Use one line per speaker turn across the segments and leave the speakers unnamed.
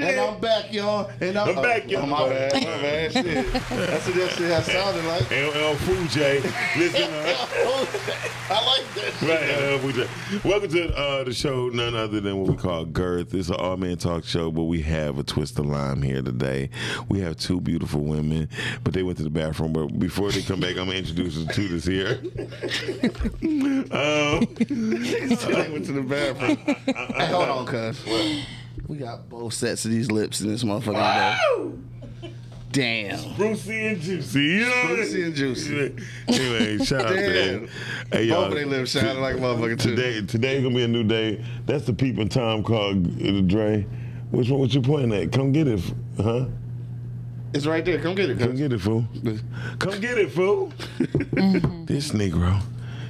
Oh,
I'm back, y'all. And I'm,
I'm back, y'all.
Oh, my bad, my bad. Shit. That's what that shit had sounded like.
LL Cool J. Listen, uh,
I like that shit.
right, LL Cool J. Welcome to uh, the show, none other than what we call Girth. It's an all man talk show, but we have a twist of lime here today. We have two beautiful women, but they went to the bathroom. But before they come back, I'm going to introduce them to this here. um,
I went to the bathroom. hey, hold on, cuz. We got both sets of these lips in this motherfucker. today. Damn.
Brucey and Juicy. You know what I mean?
Brucey and Juicy.
Anyway, shout out to
Damn.
them. Hey,
Both
y'all,
of they lips shining like a motherfucker, too.
Today, today's gonna be a new day. That's the peep and Tom called uh, Dre. Which one was you pointing at? Come get it, f- huh?
It's right there. Come get it,
Come
cuz.
get it, fool. Come get it, fool. this Negro.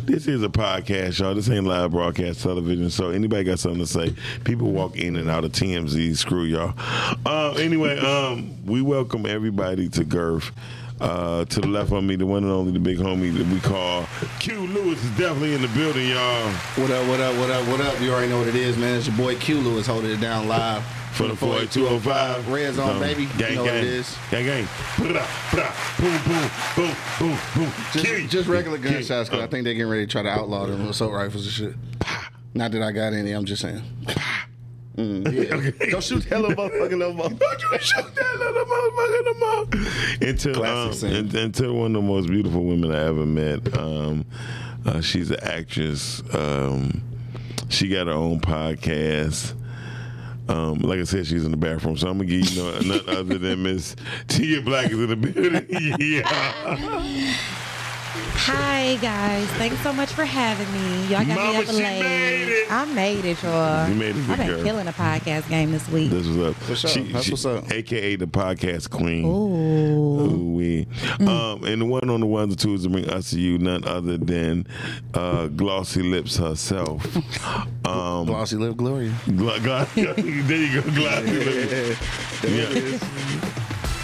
This is a podcast, y'all. This ain't live broadcast television. So anybody got something to say? People walk in and out of TMZ. Screw y'all. Uh, anyway, um, we welcome everybody to GERF. Uh, to the left of me, the one and only, the big homie that we call Q Lewis is definitely in the building, y'all.
What up, what up, what up, what up? You already know what it is, man. It's your boy Q Lewis holding it down live.
For the 48205.
Red zone, baby. You
Gang,
know what
gang.
it is.
Gang, gang. Bra, bra, boom, boom, boom, boom, boom. Kill you.
Just, just regular
Kill you.
gunshots, cuz I think they getting ready to try to outlaw them assault rifles and shit. Not that I got any, I'm just saying. Mm, yeah. Don't shoot hella motherfucker no more.
Don't you shoot that little motherfucker no more. Until,
Classic
um,
scene.
un- until one of the most beautiful women I ever met. Um, uh, she's an actress. Um, she got her own podcast. Um, like I said, she's in the bathroom, so I'm gonna give you no, none other than Miss Tia Black is in the building. yeah,
Hi guys, thanks so much for having me. Y'all got
Mama,
me up
she
late.
made it.
I made it, y'all.
You made it, good
I've been
girl.
killing the podcast game this week.
this was up.
What's up? That's what's up.
AKA the podcast queen.
Ooh,
Ooh, we. Um, and the one on the ones and twos to bring us to you, none other than uh, Glossy Lips herself. Um,
Glossy lip glory.
gl- gl- there you go, Glossy Lips. Yeah.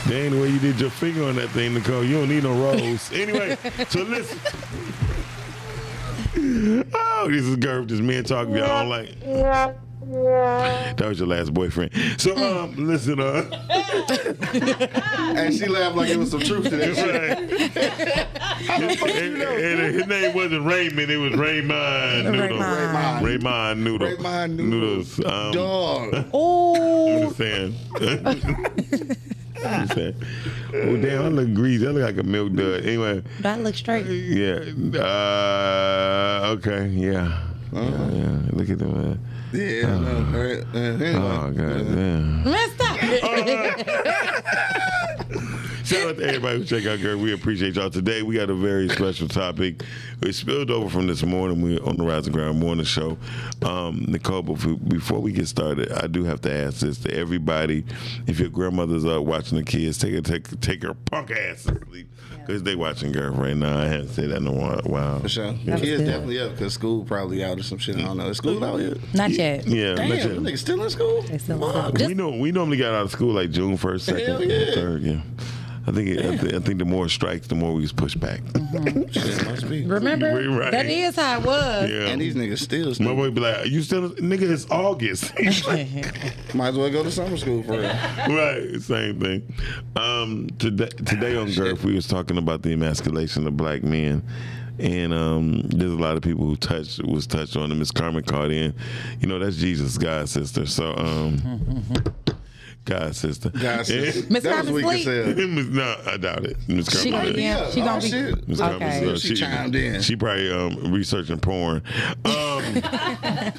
Dang, the way you did your finger on that thing, Nicole, you don't need no rolls. anyway, so listen. Oh, this is Gerb. This man talking. Y'all don't like. That was your last boyfriend. So, um, listen, uh.
And she laughed like it was some truth to that shit.
Right. and, and his name wasn't Raymond, it was Raymond Noodles.
Raymond.
Raymond Noodles.
Raymond Noodles.
Um,
Dog.
I'm
ooh.
just saying. I'm just saying. Oh, damn, I look greasy. I look like a milk dud. Anyway,
That looks straight.
yeah. Uh, okay, yeah.
Uh-huh.
Yeah, yeah. Look at them. man.
Yeah, I know. All right. Uh, anyway.
Oh, God damn.
Let's stop.
Uh-huh. Shout out to everybody who check out Girl. We appreciate y'all. Today we got a very special topic. It spilled over from this morning. We on the Rising Ground Morning Show. Um, Nicole, before, before we get started, I do have to ask this to everybody: If your grandmother's up watching the kids, take her take, take her punk ass to sleep because they watching Girl right now. I haven't said that in a while. wow.
For sure.
That was
Kids
good.
definitely up because school probably out or some shit. I don't know. Is school out yet?
Not yet.
Yeah,
Damn,
let
that
you-
nigga still in school?
They still in
Fuck.
school.
we know we normally got out of school like June first,
Hell
second,
yeah.
third. Yeah, I think it, I, thi- I think the more it strikes, the more we was pushed back.
Mm-hmm. Shit, must be.
Remember,
We right.
that is how it was.
Yeah,
And these niggas still,
My
still
boy be like, you still, nigga, it's August.
might as well go to summer school for real.
right, same thing. Um, today, today
Ah,
on GERF, we was talking about the emasculation of black men. And um, there's a lot of people who touched was touched on it. Miss Carmen caught in. You know, that's Jesus, God's sister. So, um, God's sister.
Guys,
Miss
that was
Carmen
weak as
Sleep.
hell.
Miss- no, I doubt it. Miss Carmen.
She gonna
did.
be
Yeah,
Yeah, she
oh,
gonna be-
shit.
Miss Carmen
Okay.
Sleep.
She chimed in.
She probably um, researching porn. Um,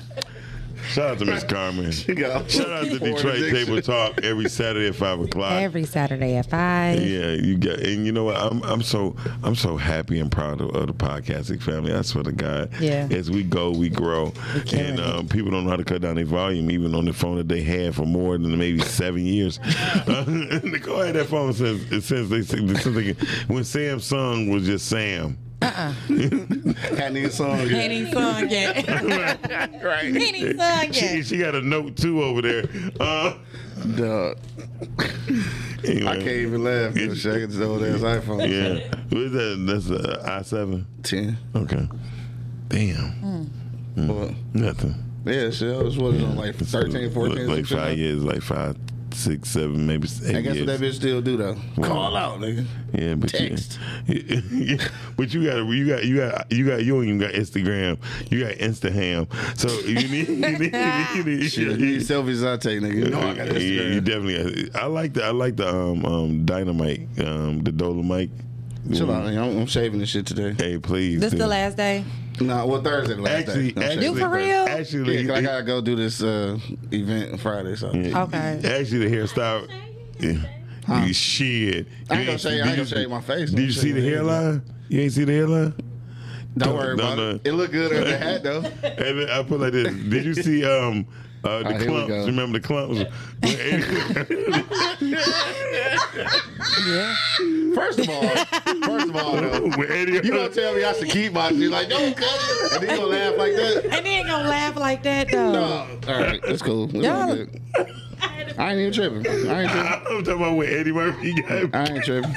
shout out to Miss Carmen.
She got
Shout out to Detroit Table Talk every Saturday at five o'clock.
Every Saturday at five.
yeah, you get, and you know what? I'm I'm so I'm so happy and proud of, of the podcasting family. I swear to God,
Yeah.
As we go, we grow,
killing
and
it.
um, people don't know how to cut down their volume, even on the phone that they had for more than maybe seven years. Nicole had that phone since since they since they, when Samsung was just Sam.
Hadn't even sung yet.
Penny song yet.
Right.
Penny song
She,
yet.
she got a note too over there. Uh,
Dog.
anyway.
I can't even laugh because I got this old ass iPhone.
Yeah, what is that? That's the i seven.
10.
Okay. Damn.
Well,
Nothing.
yeah, shit. I was what, on like
It's
13, 14,
Like five years, like five, six, seven, maybe eight
I guess
years.
what that bitch still do though. Call out, nigga.
Yeah, but
Text.
You, yeah, but you got you got you got you got you ain't even got Instagram. You got Instaham. So you need you need, you need,
Shit, these selfies I take, nigga. You know I got
Yeah, you
Instagram.
definitely. Got, I like the I like the um um dynamite um the dolomite.
Chill out, nigga. I'm, I'm shaving this shit today.
Hey, please.
This the
dude.
last day.
Nah, well Thursday the last
Actually,
day. I'm
actually,
shaving
You for
Thursday.
real?
Actually,
Yeah, 'cause I gotta go do this uh, event Friday, so
Yeah,
Okay.
Actually, the hairstyle. Yeah. You Shit.
I
You
ain't gonna shave. I ain't
did
gonna
you-
shave my face.
Did you see the hairline? You ain't see the hairline?
Don't worry
No,
about
no.
it. It looked good under the hat though.
And then I put like this. Did you see um uh, the
right, here we
clumps?
go.
Remember the clumps?
Yeah.
First of all, first of all, though,
With Eddie-
you gonna tell me I should keep my? You like don't cut it, and then you gonna laugh like that?
And they ain't gonna laugh like that though.
No, all right, that's cool. It's all
Y'all-
good. I ain't even tripping. I ain't tripping.
I'm talking about with Eddie Murphy. Got,
I ain't tripping.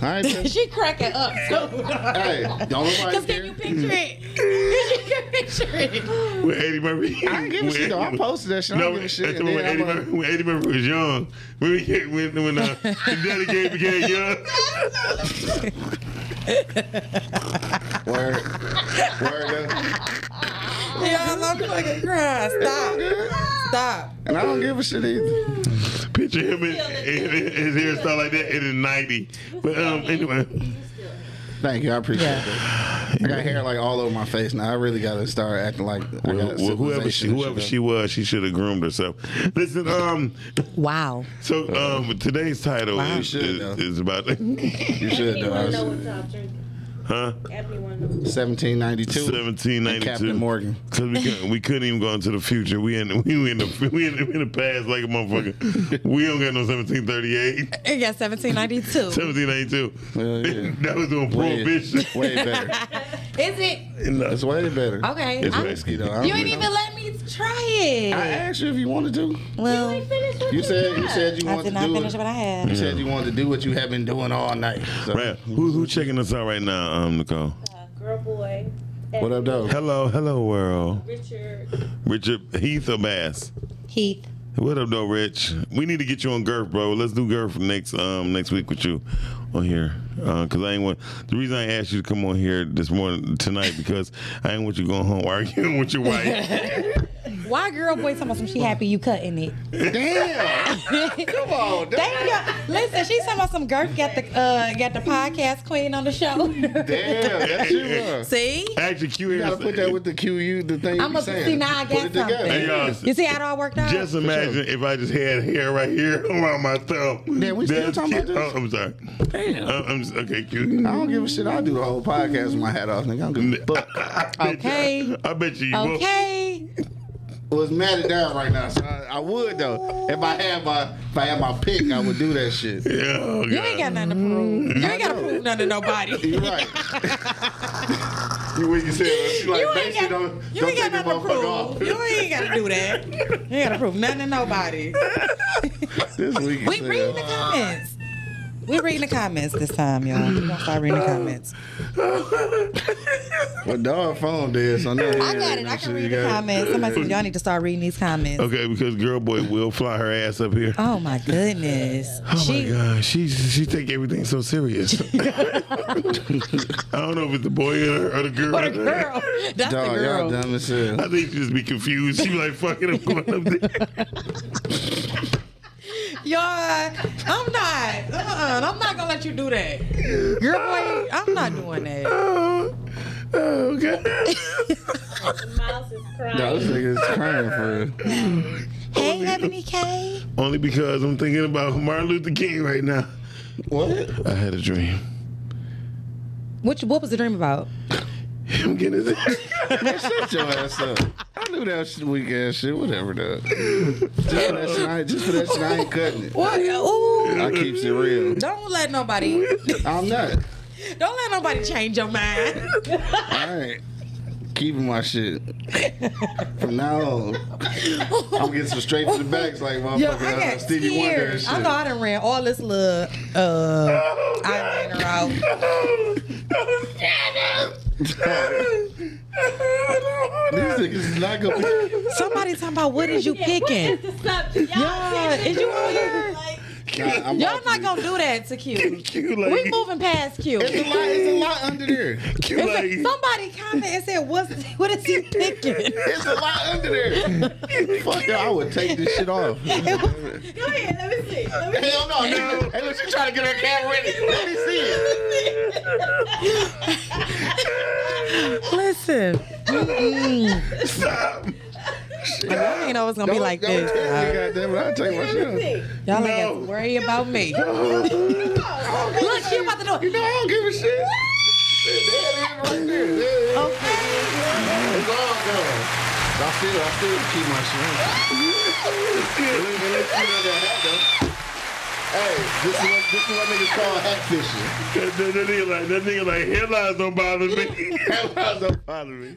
I ain't tripping.
she cracking up too.
Hey, don't
Cause
nobody
can
care.
you picture it? Can you picture it?
with Eddie Murphy.
I don't give a shit though. I posted that shit. I
No,
don't
when,
give a
that's the
shit. And
one when, Eddie
then I'm
Murphy, when Eddie Murphy was young, when we get, when when uh, the daddy game became young,
like, word, word. Though.
Y'all, I'm fucking crying. Stop. Stop.
And I don't give a shit either.
picture him in, in, in his hairstyle like that in the '90s. But um, anyway.
Thank you. I appreciate
Yeah.
that. I got hair like all over my face now. I really gotta start acting like I
Well,
got
well, whoever she,
civilization and
whoever
shit,
she was, she should have groomed herself. Listen, um,
Wow.
so um, today's title
Wow. You
is,
Uh-huh. should,
is,
though.
is about
though. You should though. I
Everyone
was-
know what top drink.
huh,
Everyone knows.
1792.
seventeen ninety two.
Captain Morgan.
Cause we couldn't, we couldn't even go into the future. We in we in the we in, we in the past like a motherfucker. We don't got no 1738,
It got 1792.
1792.
Hell yeah.
that was doing
Way,
prohibition.
way better.
Is it?
No.
It's way better.
Okay.
It's
I-
way-
Whiskey, though. I
you
don't
ain't
know.
even let me try
I
it.
asked you if you wanted to.
Well,
You said you said you
I
wanted
did not
to do
finish
it.
what I
You
had.
said you wanted to do what you have been doing all night. So,
Right. Who who checking us out right now? Um, Nicole.
Uh, girl, boy.
What up, though?
Hello, hello world.
Richard.
Richard Heath or Bass.
Heath.
What up, though, Rich? We need to get you on Girth, bro. Let's do Girth next um next week with you on here. Uh, Cause I ain't want the reason I asked you to come on here this morning tonight because I ain't want you going home arguing with your wife.
Why girl boy talking about some she happy you cutting it?
Damn. Come on, dog.
Damn y'all. Listen, she's talking about some girl got the uh got the podcast queen on the show.
Damn. That's you. Uh,
See?
Actually, Q
you gotta put that with the QU, the thing.
I'm
you
a
saying.
see now I
Put
got
it together.
Hey,
something.
y'all.
You see how it all worked out?
uh,
Just imagine if I just had hair right here around my thumb.
Damn, we still
That's
talking about
Q-
this?
Oh, I'm sorry.
Damn.
Uh, I'm just, okay, Q.
I don't give a shit. I'll do the whole podcast with my hat off, nigga. I don't give a fuck.
okay.
I bet you. you won't.
Okay.
Well, it's matted down right now, so I, I would though. If I had my if I had my pick, I would do that shit.
Yeah, oh,
You ain't
God.
got nothing to
Mm.
prove. You ain't gotta prove nothing to nobody.
You're right. you when you said that, she like
you ain't
basically
got,
don't,
you
don't
ain't
take
got nothing
your
to
motherfucker
prove.
off.
You ain't got to do that. You ain't got to prove nothing to nobody.
This week you
We
said,
reading the comments. We reading the comments this time, y'all. We gonna start reading the comments.
Well, dog phone dead, so I know.
I got it. I can read the comments. Somebody said y'all need to start reading these comments.
Okay, because girl boy will fly her ass up here.
Oh my goodness.
Oh my God, she she take everything so serious. I don't know if it's the boy or the, or the girl.
What a girl. That's
Dog,
the
y'all
girl.
dumb as hell.
I think she just be confused. She be like, "Fuck it, I'm going up there."
Y'all, I'm not. Uh-uh, I'm not gonna let you do that. Girl, boy, I'm not doing that.
Oh, oh, okay.
Miles is crying.
Dog, this nigga is crying for real.
Hey, Ebony K.
Only because I'm thinking about Martin Luther King right now.
What?
I had a dream.
What, what was the dream about?
Him getting his
Shut your ass up. I knew that shit weak ass shit, whatever, dog. Just for that shit, I ain't, just for that shit, I ain't cutting it.
What? Ooh.
I keeps it real.
Don't let nobody.
I'm not.
Don't let nobody change your mind.
All right. Keeping my shit. From now on, I'm getting some straight to the backs like
Yo,
motherfucking
I
uh,
got
Stevie Wonder and
tears.
shit.
I know I done ran all this little uh, eyeliner out.
These niggas is not gonna be.
Somebody talking about what is you
Yeah, what
picking?
is the subject? Y'all
Yeah,
picking
is you
food?
weird?
Like,
Nah, I'm
Y'all
out
not
here.
gonna do that to Q.
Q
We
like,
moving past Q. Is
It's a lot. It's a lot under there.
Q
it-
like,
Somebody commented and said, "What's what is he picking?"
It's a lot under there. Fuck y'all. I would take this shit off.
go ahead, let me see. Let me
Hell no, no. Hey, look, she trying to get her camera ready. Let me see it.
Listen,
stop.
I ain't always gonna be like this. uh, dog.
Goddamn it, I'll take my shit
let me
off.
see.
Y'all ain't gotta worry about me. Look, she about to do
You
it.
know, I don't give a shit. There it is right there. There it is. It's all gone. I still, I still keep my shit. At least- at least you know that hat, though. Hey, this is what this is what niggas call hat fishing.
That, that, that nigga like, that nigga like, headlines don't bother me.
Headlines
don't bother me.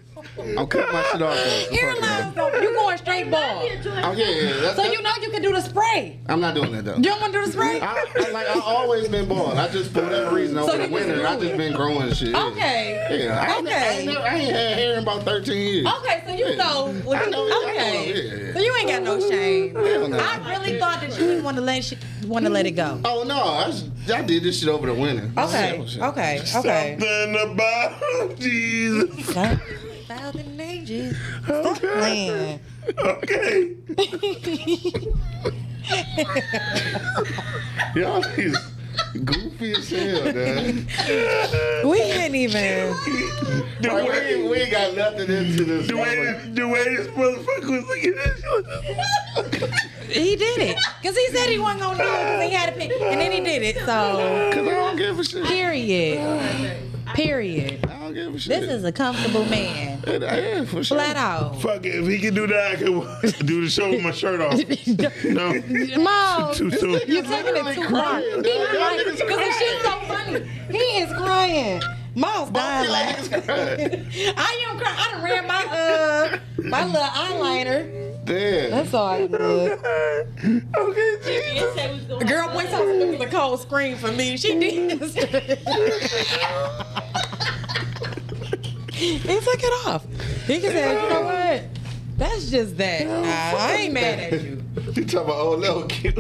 I'm cutting my shit off. though. Fuck it, man.
Hairlines, though, you going straight bald.
Oh yeah, yeah, yeah. That's,
So you know you can do the spray.
I'm not doing that though.
You don't want to do the spray?
I, I like I always been bald. I just for whatever reason over
So
the
you
winter
just
I just been growing shit. yeah.
Okay.
Yeah, I, ain't, I,
Okay.
ain't never, I ain't had hair in about 13 years.
Okay, so you know.
I
What you,
know, I know, yeah,
okay.
yeah.
So you ain't got no shame.
Hell no.
I really thought that you didn't want to let shit, want to let it go.
Oh no, I, s- I did this shit over the winter.
Okay.
Oh, Shit, shit.
Okay. Okay.
Something about Jesus.
Thousand ages. Stop playing.
Okay.
Y'all is goofy as hell, man.
We didn't even.
The
Like, Oh, we,
way,
ain't- we ain't got nothing into this.
the way, the way this motherfucker was looking at you.
He did it because he said he wasn't gonna do it because he had a pin, and then he did it. So
Cause I don't give a shit.
period. Period.
I don't give a shit.
This is a comfortable man,
yeah, for sure.
flat out.
Fuck it, if he can do that, I can do the show with my shirt off. No,
Mo,
too soon.
you're taking it too far.
crying,
He's
dog. Y'all
crying
niggas
because the shit's so funny. He is crying. Mo's dying laughing. I am crying. I done ran my uh my little eyeliner.
Damn.
That's all I did.
okay, Jesus.
It said we was going
Girl, boy, talking it was a cold scream for me. She did. He's took it off. He can say, you know what? That's just that. Nah, I ain't mad at you.
You talking about old little kid?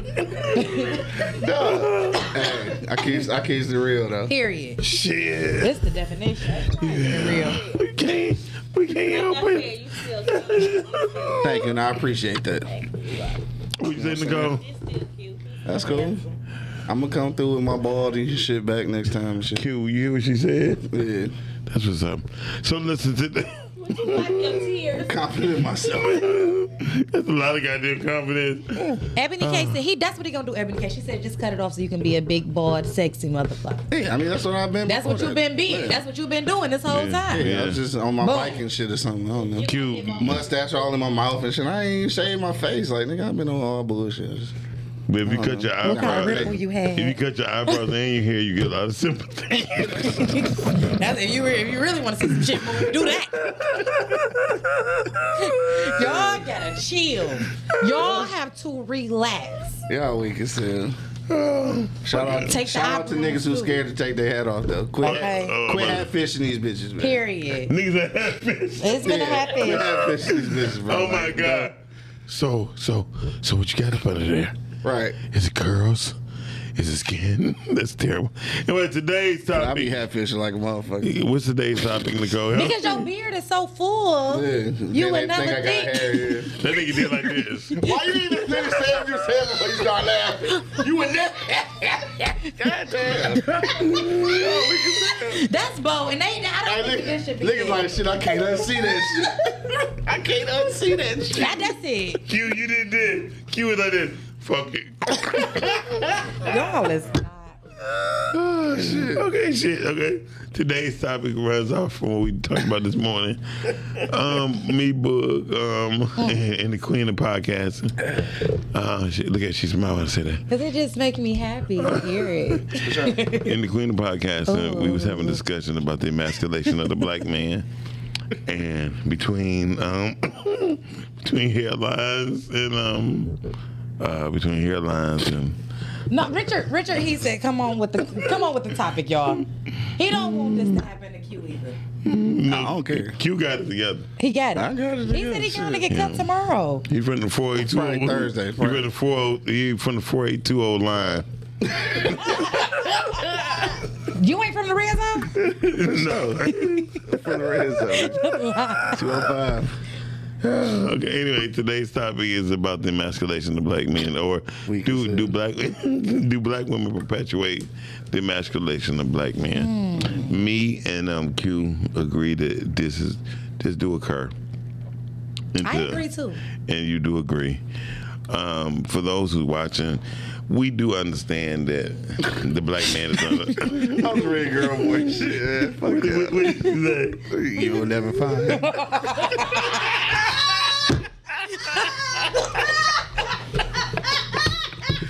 no. Hey, I keep I keep the real though.
Period.
Shit,
That's the definition. For real.
we can't, we can't help
That's it.
it.
You still cute.
Thank you, and I appreciate that.
We just to go.
You still cute.
That's cool. I'm gonna come through with my bald and shit back next time and shit.
Q, you hear what she said?
Yeah,
That's what's up. So listen to that.
Would you wipe your tears?
confident in myself.
That's a lot of goddamn confidence.
Ebony K said he that's what he gonna do, Ebony K. She said just cut it off so you can be a big, bald, sexy motherfucker.
Yeah, I mean that's what I've been.
That's what
before
you've
that.
been being.
Yeah.
That's what you've been doing this whole time.
Yeah, I was just on my
Boom.
bike and shit or something. I don't know.
Q,
Mustache all in my mouth and shit. I ain't even shaved my face. Like nigga, I've been on all bullshit.
but if you cut your
What kind of
eyebrows,
ripple you had?
if you cut your eyebrows and your hair, you get a lot of sympathy.
That's, if you re- if you really want to see some shit move, do that. Y'all gotta chill. Y'all have to relax.
Y'all weak as hell. Shout out,
Take the
shout out to
eyebrows,
niggas who
too.
scared to take their hat off though. Quit,
Okay.
Oh,
quit
my-
hat fishing these bitches, man.
Period.
Niggas that have fish.
It's gonna
Yeah, quit
happen.
hat fishing these bitches, bro.
Oh my
Like,
god. So so so what you got up under there?
Right.
Is it curls? Is it skin? That's terrible. Anyway, today's
I be
topic.
hat fishing like a motherfucker.
What's today's topic, Nicole?
Because your beard is so full,
Yeah.
you
Then they think I
another
got
thing.
hair, yeah.
that nigga did like this.
Why you even finish saying what you said before you start laughing? You would never. God damn.
That's bold, and they I
Hey,
don't think this
nigga,
should be.
niggas
it.
like shit. I can't unsee that shit. I can't unsee that shit.
That- that's it.
Q, you did this. Q was like this. Fuck it.
Y'all is not.
Oh shit.
Okay, shit. Okay. Today's topic runs off from what we talked about this morning. Um, me, Boog, um, and, and the Queen of Podcasting. Uh, shit, look at she smiled when I say that.
Cause it just make me happy to hear it.
In the Queen of Podcast, uh, we was having a discussion about the emasculation of the black man, and between um, between hairlines and um, uh, between hairlines and
No, Richard. Richard. He said, "Come on with the come on with the topic, y'all." He don't want this to happen to Q either.
no,
I don't care.
Q got it together.
He got it.
I got it
He said he
together,
trying to
shit.
get cut
Yeah.
tomorrow.
He from the four eight two
Probably Thursday,
He from the four he from the four eight two zero line.
You ain't from the red zone.
no.
From the red zone. 205.
okay. Anyway, today's topic is about the emasculation of black men, or
Weak as
do
hell.
do black do black women perpetuate the emasculation of black men?
Hmm.
Me and um Q agree that this is this do occur. And
I
to-
agree too.
and you do agree. Um, for those who watching, we do understand that the black man is under.
I was ready, girl boy. Shit, fuck that. You will never find it.
Stop.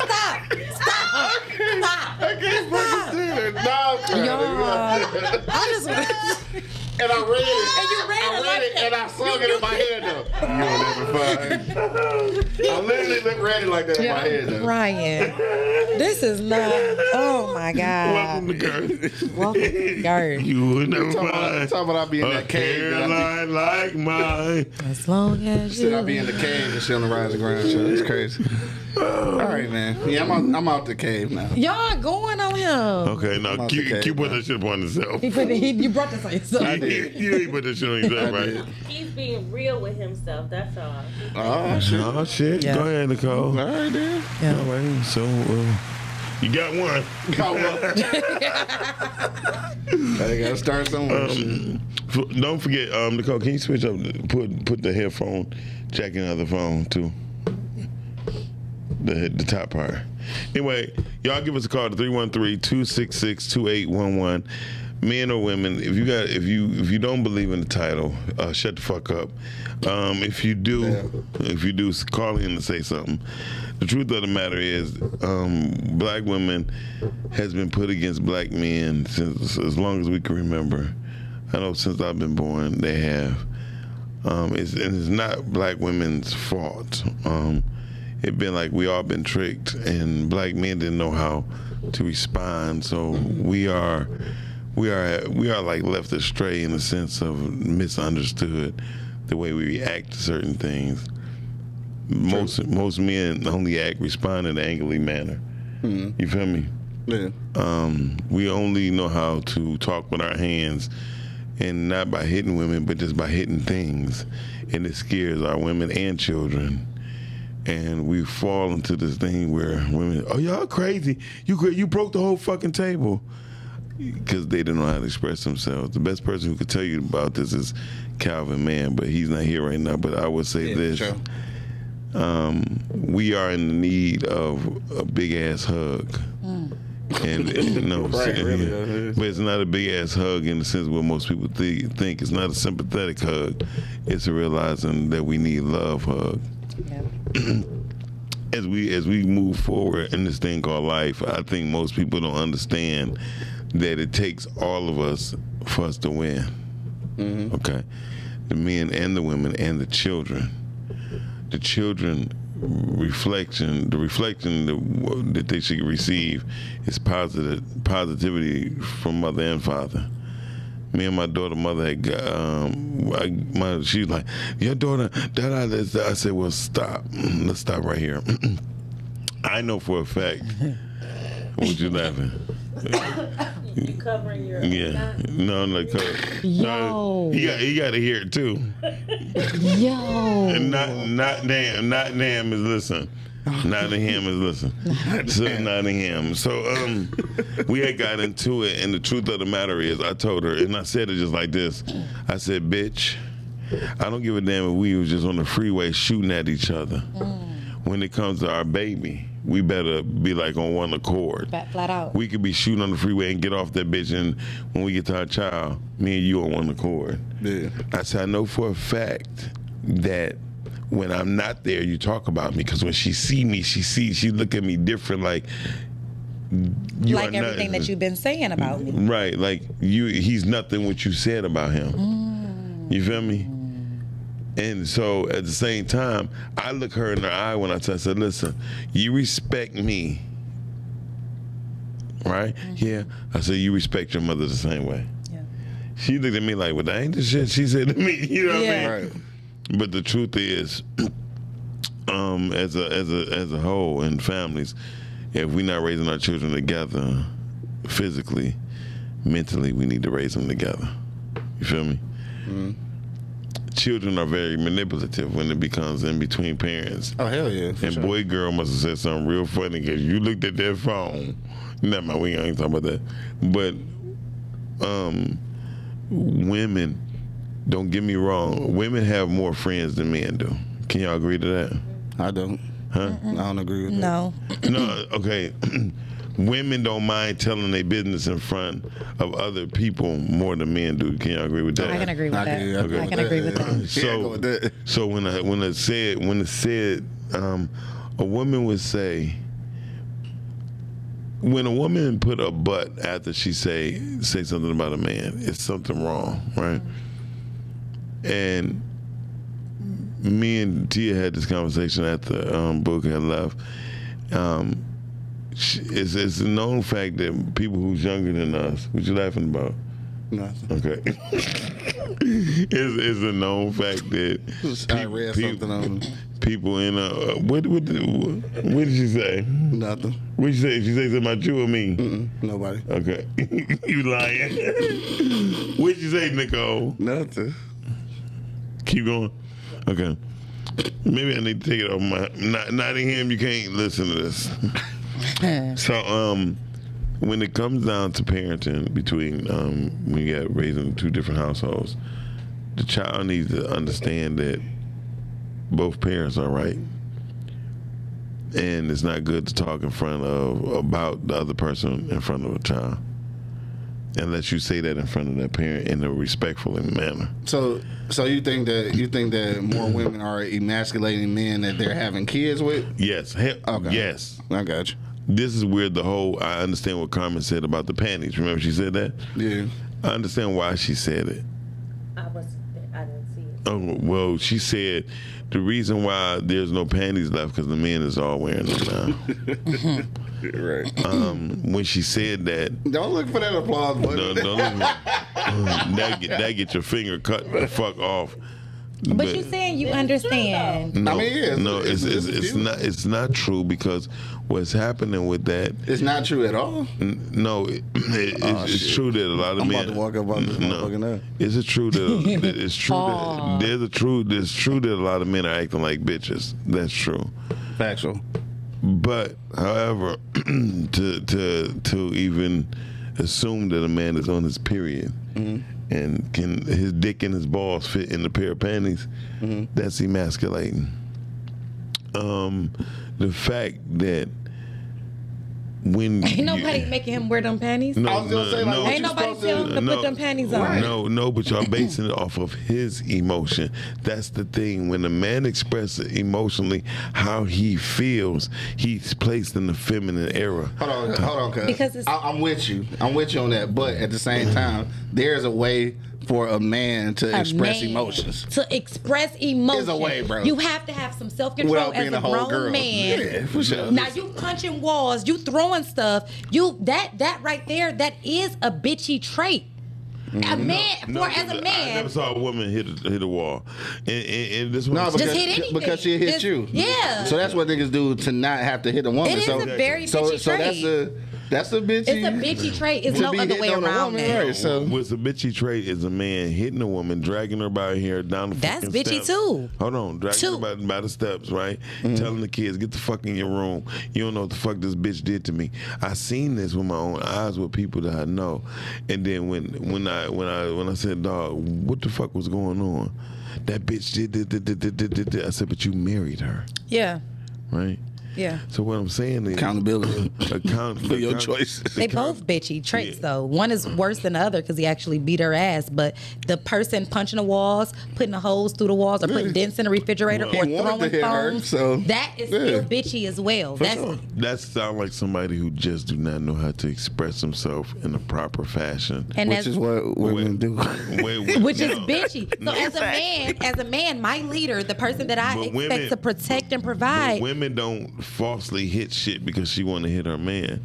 Stop. Stop.
I can't fucking see that. Now I'm trying to-
Y'all. I just.
And I read it.
And you read
I read
it like
it
that.
and I sung it in my head though.
You will never find it.
I literally li- read it like that in my head
I'm
though.
crying. This is not. Oh my
Welcome
god.
to Girth.
Welcome to Girth.
You would never
Talking about,
find
talking about I be in
a
that cave. that I be-
hairline like mine.
As long as
Said
you.
I'd be in the cave and shit on the rising ground. Shit. That's crazy. All right, man. Yeah, I'm out, I'm out the cave now.
Y'all going on him.
Okay, now
Not
Q,
the cave,
Q put
no.
that shit upon himself.
He put the, he, you brought this on yourself.
You,
did.
you ain't put that shit on yourself,
I
right?
did.
He's being real with himself. That's all.
Oh, shit. All
Oh shit!
Yeah.
Go ahead, Nicole. All
right, then.
Yeah.
right, so uh, you got one.
Call up. I gotta start somewhere.
Um, f- don't forget, um, Nicole. Can you switch up? Put put the headphone jack in the other phone too. The the top part. Anyway, y'all give us a call to 313-266-2811. Men or women, if you got if you if you don't believe in the title, uh, shut the fuck up. Um, if you do, if you do, s- call in and say something. The truth of the matter is, um, black women has been put against black men since as long as we can remember. I know since I've been born, they have. Um, it's, and it's not black women's fault. Um, it been like we all been tricked, and black men didn't know how to respond. So we are, we are, we are like left astray in the sense of misunderstood, the way we react to certain things. Most most men only act respond in an angry manner. You feel me?
Yeah.
um, we only know how to talk with our hands and not by hitting women but just by hitting things and it scares our women and children and we fall into this thing where women oh y'all crazy you cra- you broke the whole fucking table because they don't know how to express themselves the best person who could tell you about this is calvin mann but he's not here right now but i would say
Yeah,
this
sure.
we are in need of a big ass hug. And, and no,
Right, really, yeah.
but it's not a big ass hug in the sense what most people thi- think. It's not a sympathetic hug. It's a realizing that we need love hug
Yeah.
as we as we move forward in this thing called life, I think most people don't understand that it takes all of us for us to win. Okay, the men and the women and the children. The children reflection, the reflection that, that they should receive is positive positivity from mother and father me and my daughter mother had got, um I, my she was like your daughter da da da, da." I said well stop let's stop right here I know for a fact what you laughing
You covering your
yeah no no 'cause- no
Yo.
you got you got to hear it too
Yo.
and not not damn not damn is listen. Nottingham is listen. So Nottingham. So um we had got into it and the truth of the matter is I told her and I said it just like this. I said, bitch, I don't give a damn if we was just on the freeway shooting at each other. When it comes to our baby, we better be like on one accord
Flat, flat out.
we could be shooting on the freeway and get off that bitch. And when we get to our child, me and you on one accord.
Yeah.
I said, I know for a fact that when I'm not there, you talk about me. Because when she see me, she see she look at me different. Like you
like
are not-
everything that you've been saying about me.
Right,
Mm.
like you, he's nothing what you said about him. You feel me? And so at the same time, I look her in the eye when I tell her, I said, listen, you respect me. Right?
Mm-hmm.
Yeah. I said, you respect your mother the same way.
Yeah.
She looked at me like, well, that ain't the shit she said to me. You know what I
Yeah.
mean?
Right.
But the truth is, um, as a as a as a whole in families, if we're not raising our children together, physically, mentally, we need to raise them together. You feel me? Children are very manipulative when it becomes in between parents.
Oh hell yeah. for
And
sure.
boy, girl must have said something real funny because you looked at their phone. Never mind, we ain't talking about that. But um, women, don't get me wrong, women have more friends than men do. Can y'all agree to that?
I don't.
Huh?
I don't agree with that.
No.
no, uh, okay. women don't mind telling their business in front of other people more than men do. Can y'all agree with that?
I can agree with
I
that.
can,
Okay.
I can agree with that.
Yeah, I go with
So,
that.
so when I when it said when it said um, a woman would say when a woman put a butt after she say say something about a man, it's something wrong, right? And me and Tia had this conversation after um, Book had left. Um, sh it's, it's a known fact that people who's younger than us, what you laughing about?
Nothing.
Okay. it's, it's a known fact that
I read
peop-
something on
people in a what what did- what did she say?
nothing.
What did she say? She say something about you or me?
Mm, Nobody.
Okay, you lying. what did she say, Nicole?
Nothing.
Keep going. Okay. Maybe I need to take it off my not not in him, you can't listen to this. so um when it comes down to parenting between um when you got raising two different households, the child needs to understand that both parents are right. And it's not good to talk in front of about the other person in front of a child. Unless you say that in front of that parent in a respectful manner.
So, so you think that you think that more women are emasculating men that they're having kids with?
Yes. Hell,
Okay.
Yes.
I got you.
This is where the whole I understand what Carmen said about the panties. Remember she said that?
Yeah.
I understand why she said it.
I was. I didn't see it.
Oh well, she said the reason why there's no panties left because the men is all wearing them
Right.
now. um, when she said that,
Don't look for that applause
don't,
button.
don't look at- that get that get your finger cut the fuck off.
But you saying you understand.
no,
I mean, yeah, it's-
no, it's
it's-
it's,
it's
it's,
cute.
not it's not true because what's happening with that
It's not true at all.
N- No, it, it,
Oh,
it's, it's
shit.
true that a lot of
I'm
men.
about to walk up out this motherfucker now.
Is it true that that it's true
Aw.
that there's a true it's true that a lot of men are acting like bitches. That's true.
Factual.
But however, to to to even assume that a man is on his period
Mm-hmm.
and can his dick and his balls fit in a pair of panties,
Mm-hmm.
that's emasculating. Um, the fact that when
Ain't nobody
you-
making him wear them panties.
No,
I was gonna
no,
say, like,
no.
what
Ain't
you
nobody
supposed
tell
to-
him to put them panties on.
No, no, but y'all basing it off of his emotion. That's the thing. When a man expresses emotionally how he feels, he's placed in the feminine era.
Hold on, hold on, cuz.
Because it's-
I, I'm with you. I'm with you on that. But at the same time, there's a way for a man to
A
express
man
emotions.
To express emotions.
way, bro.
You have to have some self control
Without
as
being
a,
a whole
grown
girl.
man.
Yeah, for sure.
Now you punching walls, you throwing stuff. You that that right there, that is a bitchy trait. A
Mm-hmm.
man for as a
I
man.
never saw a woman hit a, hit a wall. And, and, and this one,
No, because,
Just hit anything.
because she hit
Just-
you.
yeah.
So that's what niggas do to not have to hit a woman.
It is
so,
a very
so,
bitchy
so that's
trait.
a that's a bitchy.
it's a bitchy trait. It's
to
no
be
other
hitting
way
on a
around
woman,
that.
right, so-
what's a bitchy trait is a man hitting a woman, dragging her by her hair down the
That's
fucking
bitchy
steps.
too.
Hold on, dragging
Too.
her by, by the steps, right? Telling the kids, get the fuck in your room. You don't know what the fuck this bitch did to me. I seen this with my own eyes with people that I know. And then when when I when I when I said, dog, what the fuck was going on? That bitch did did did did did did. did. I said, but you married her,
Yeah.
right?
Yeah.
So what I'm saying is
Accountability.
account
For your
account-
choices.
They both bitchy traits though. One is worse than the other because he actually beat her ass. But the person punching the walls, putting the holes through the walls, or putting dents in the refrigerator,
He
or
wanted to
throwing
hit her,
phones,
so,
that is still
yeah.
bitchy as well. That's
That sounds like somebody who just do not know how to express himself in a proper fashion.
and
Which
that's
is what women do.
Wait, wait,
which is
no.
bitchy. So as a man, as a man, my leader, the person that I
But
expect
women-
to protect and provide,
Women don't falsely hit shit because she want to hit her man.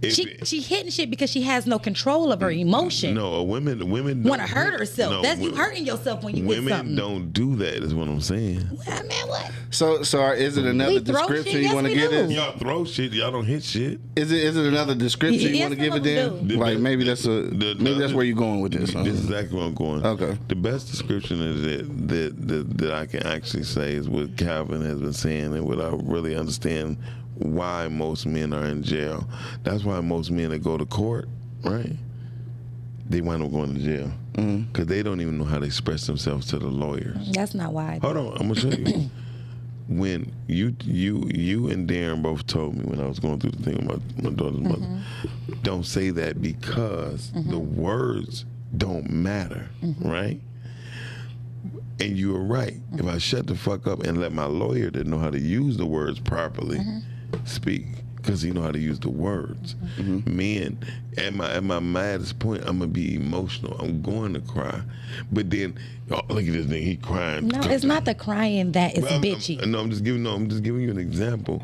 If
she
it-
she hitting shit because she has no control of her emotion.
no, a women women
Want to
don't-
hurt herself?
no,
That's you
wo-
hurting yourself when you hit
Women
something.
don't do that. Is what I'm saying.
I mean, what?
So, so are- is it another
We throw
description
shit,
you
yes,
want to
we
get?
do.
Is,
Y'all throw shit. Y'all don't hit shit.
is it is it another description you
Yes,
want to give
some
it?
of
Then,
them
do.
like maybe that's a
The-
maybe
the-
that's where you're going with this. huh?
This is exactly where I'm going.
Okay.
The best description is that, that that that I can actually say is what Calvin has been saying, and what I really understand why most men are in jail. That's why most men that go to court, right? They wind up going to jail because
Mm-hmm.
they don't even know how to express themselves to the lawyers.
That's not why. I do
Hold on, I'm gonna show you. when you you you and Darren both told me when I was going through the thing with my, my daughter's mother,
Mm-hmm.
don't say that because the words don't matter,
Mm-hmm.
right? And you were right. If I shut the fuck up and let my lawyer that know how to use the words properly
Mm-hmm.
speak, because he know how to use the words. Men, at my at my maddest point, I'm gonna be emotional. I'm going to cry, but then oh, look at this nigga, he crying.
No, it's not the crying that is
Well, um, I'm- I'm-
bitchy.
no, I'm just giving. No, I'm just giving you an example.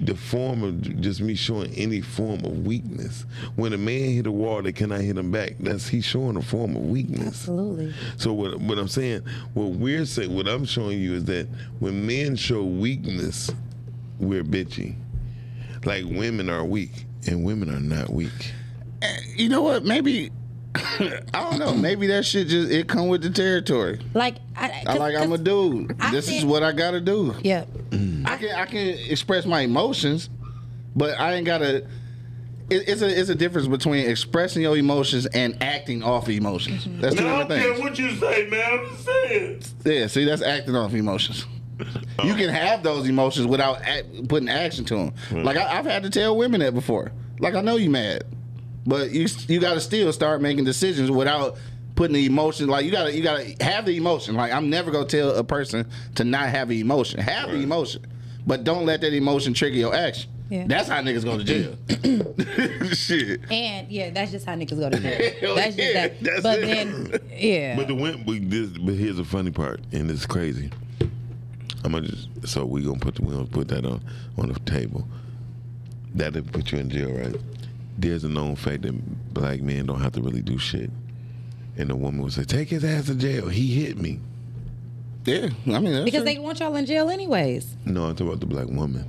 The form of j- just me showing any form of weakness. When a man hit a wall, they cannot hit him back. That's he's showing a form of weakness.
Absolutely.
So what what I'm saying, what we're saying, what I'm showing you is that when men show weakness, we're bitchy. Like women are weak, and women are not weak.
you know what? Maybe I don't know. Maybe that shit just it come with the territory.
Like I,
I like I'm a dude.
I
this is
think-
what I gotta do.
Yeah.
I can I can express my emotions, but I ain't gotta. It, it's a it's a difference between expressing your emotions and acting off emotions. That's two different things.
what you say, man. I'm just saying.
Yeah, see, that's acting off emotions. You can have those emotions without act, putting action to them.
Hmm.
Like I, I've had to tell women that before. Like I know you mad, but you you got to still start making decisions without putting the emotion. Like you gotta you gotta have the emotion. Like I'm never gonna tell a person to not have the emotion. Have the emotion, but don't let that emotion trigger your action.
Yeah.
That's how niggas go to jail. Shit.
And yeah, that's just how niggas go to jail.
Hell
That's just
yeah,
that.
that's
but
it.
then, yeah.
But the win, but this, but here's the funny part, and it's crazy. I'm gonna just so we gonna put the we gonna put that on on the table. That'll put you in jail, right? There's a known fact that black men don't have to really do shit, and the woman would say, "Take his ass to jail. He hit me."
Yeah, I mean that's
because
true.
they want y'all in jail anyways.
No, I'm talking about the black woman.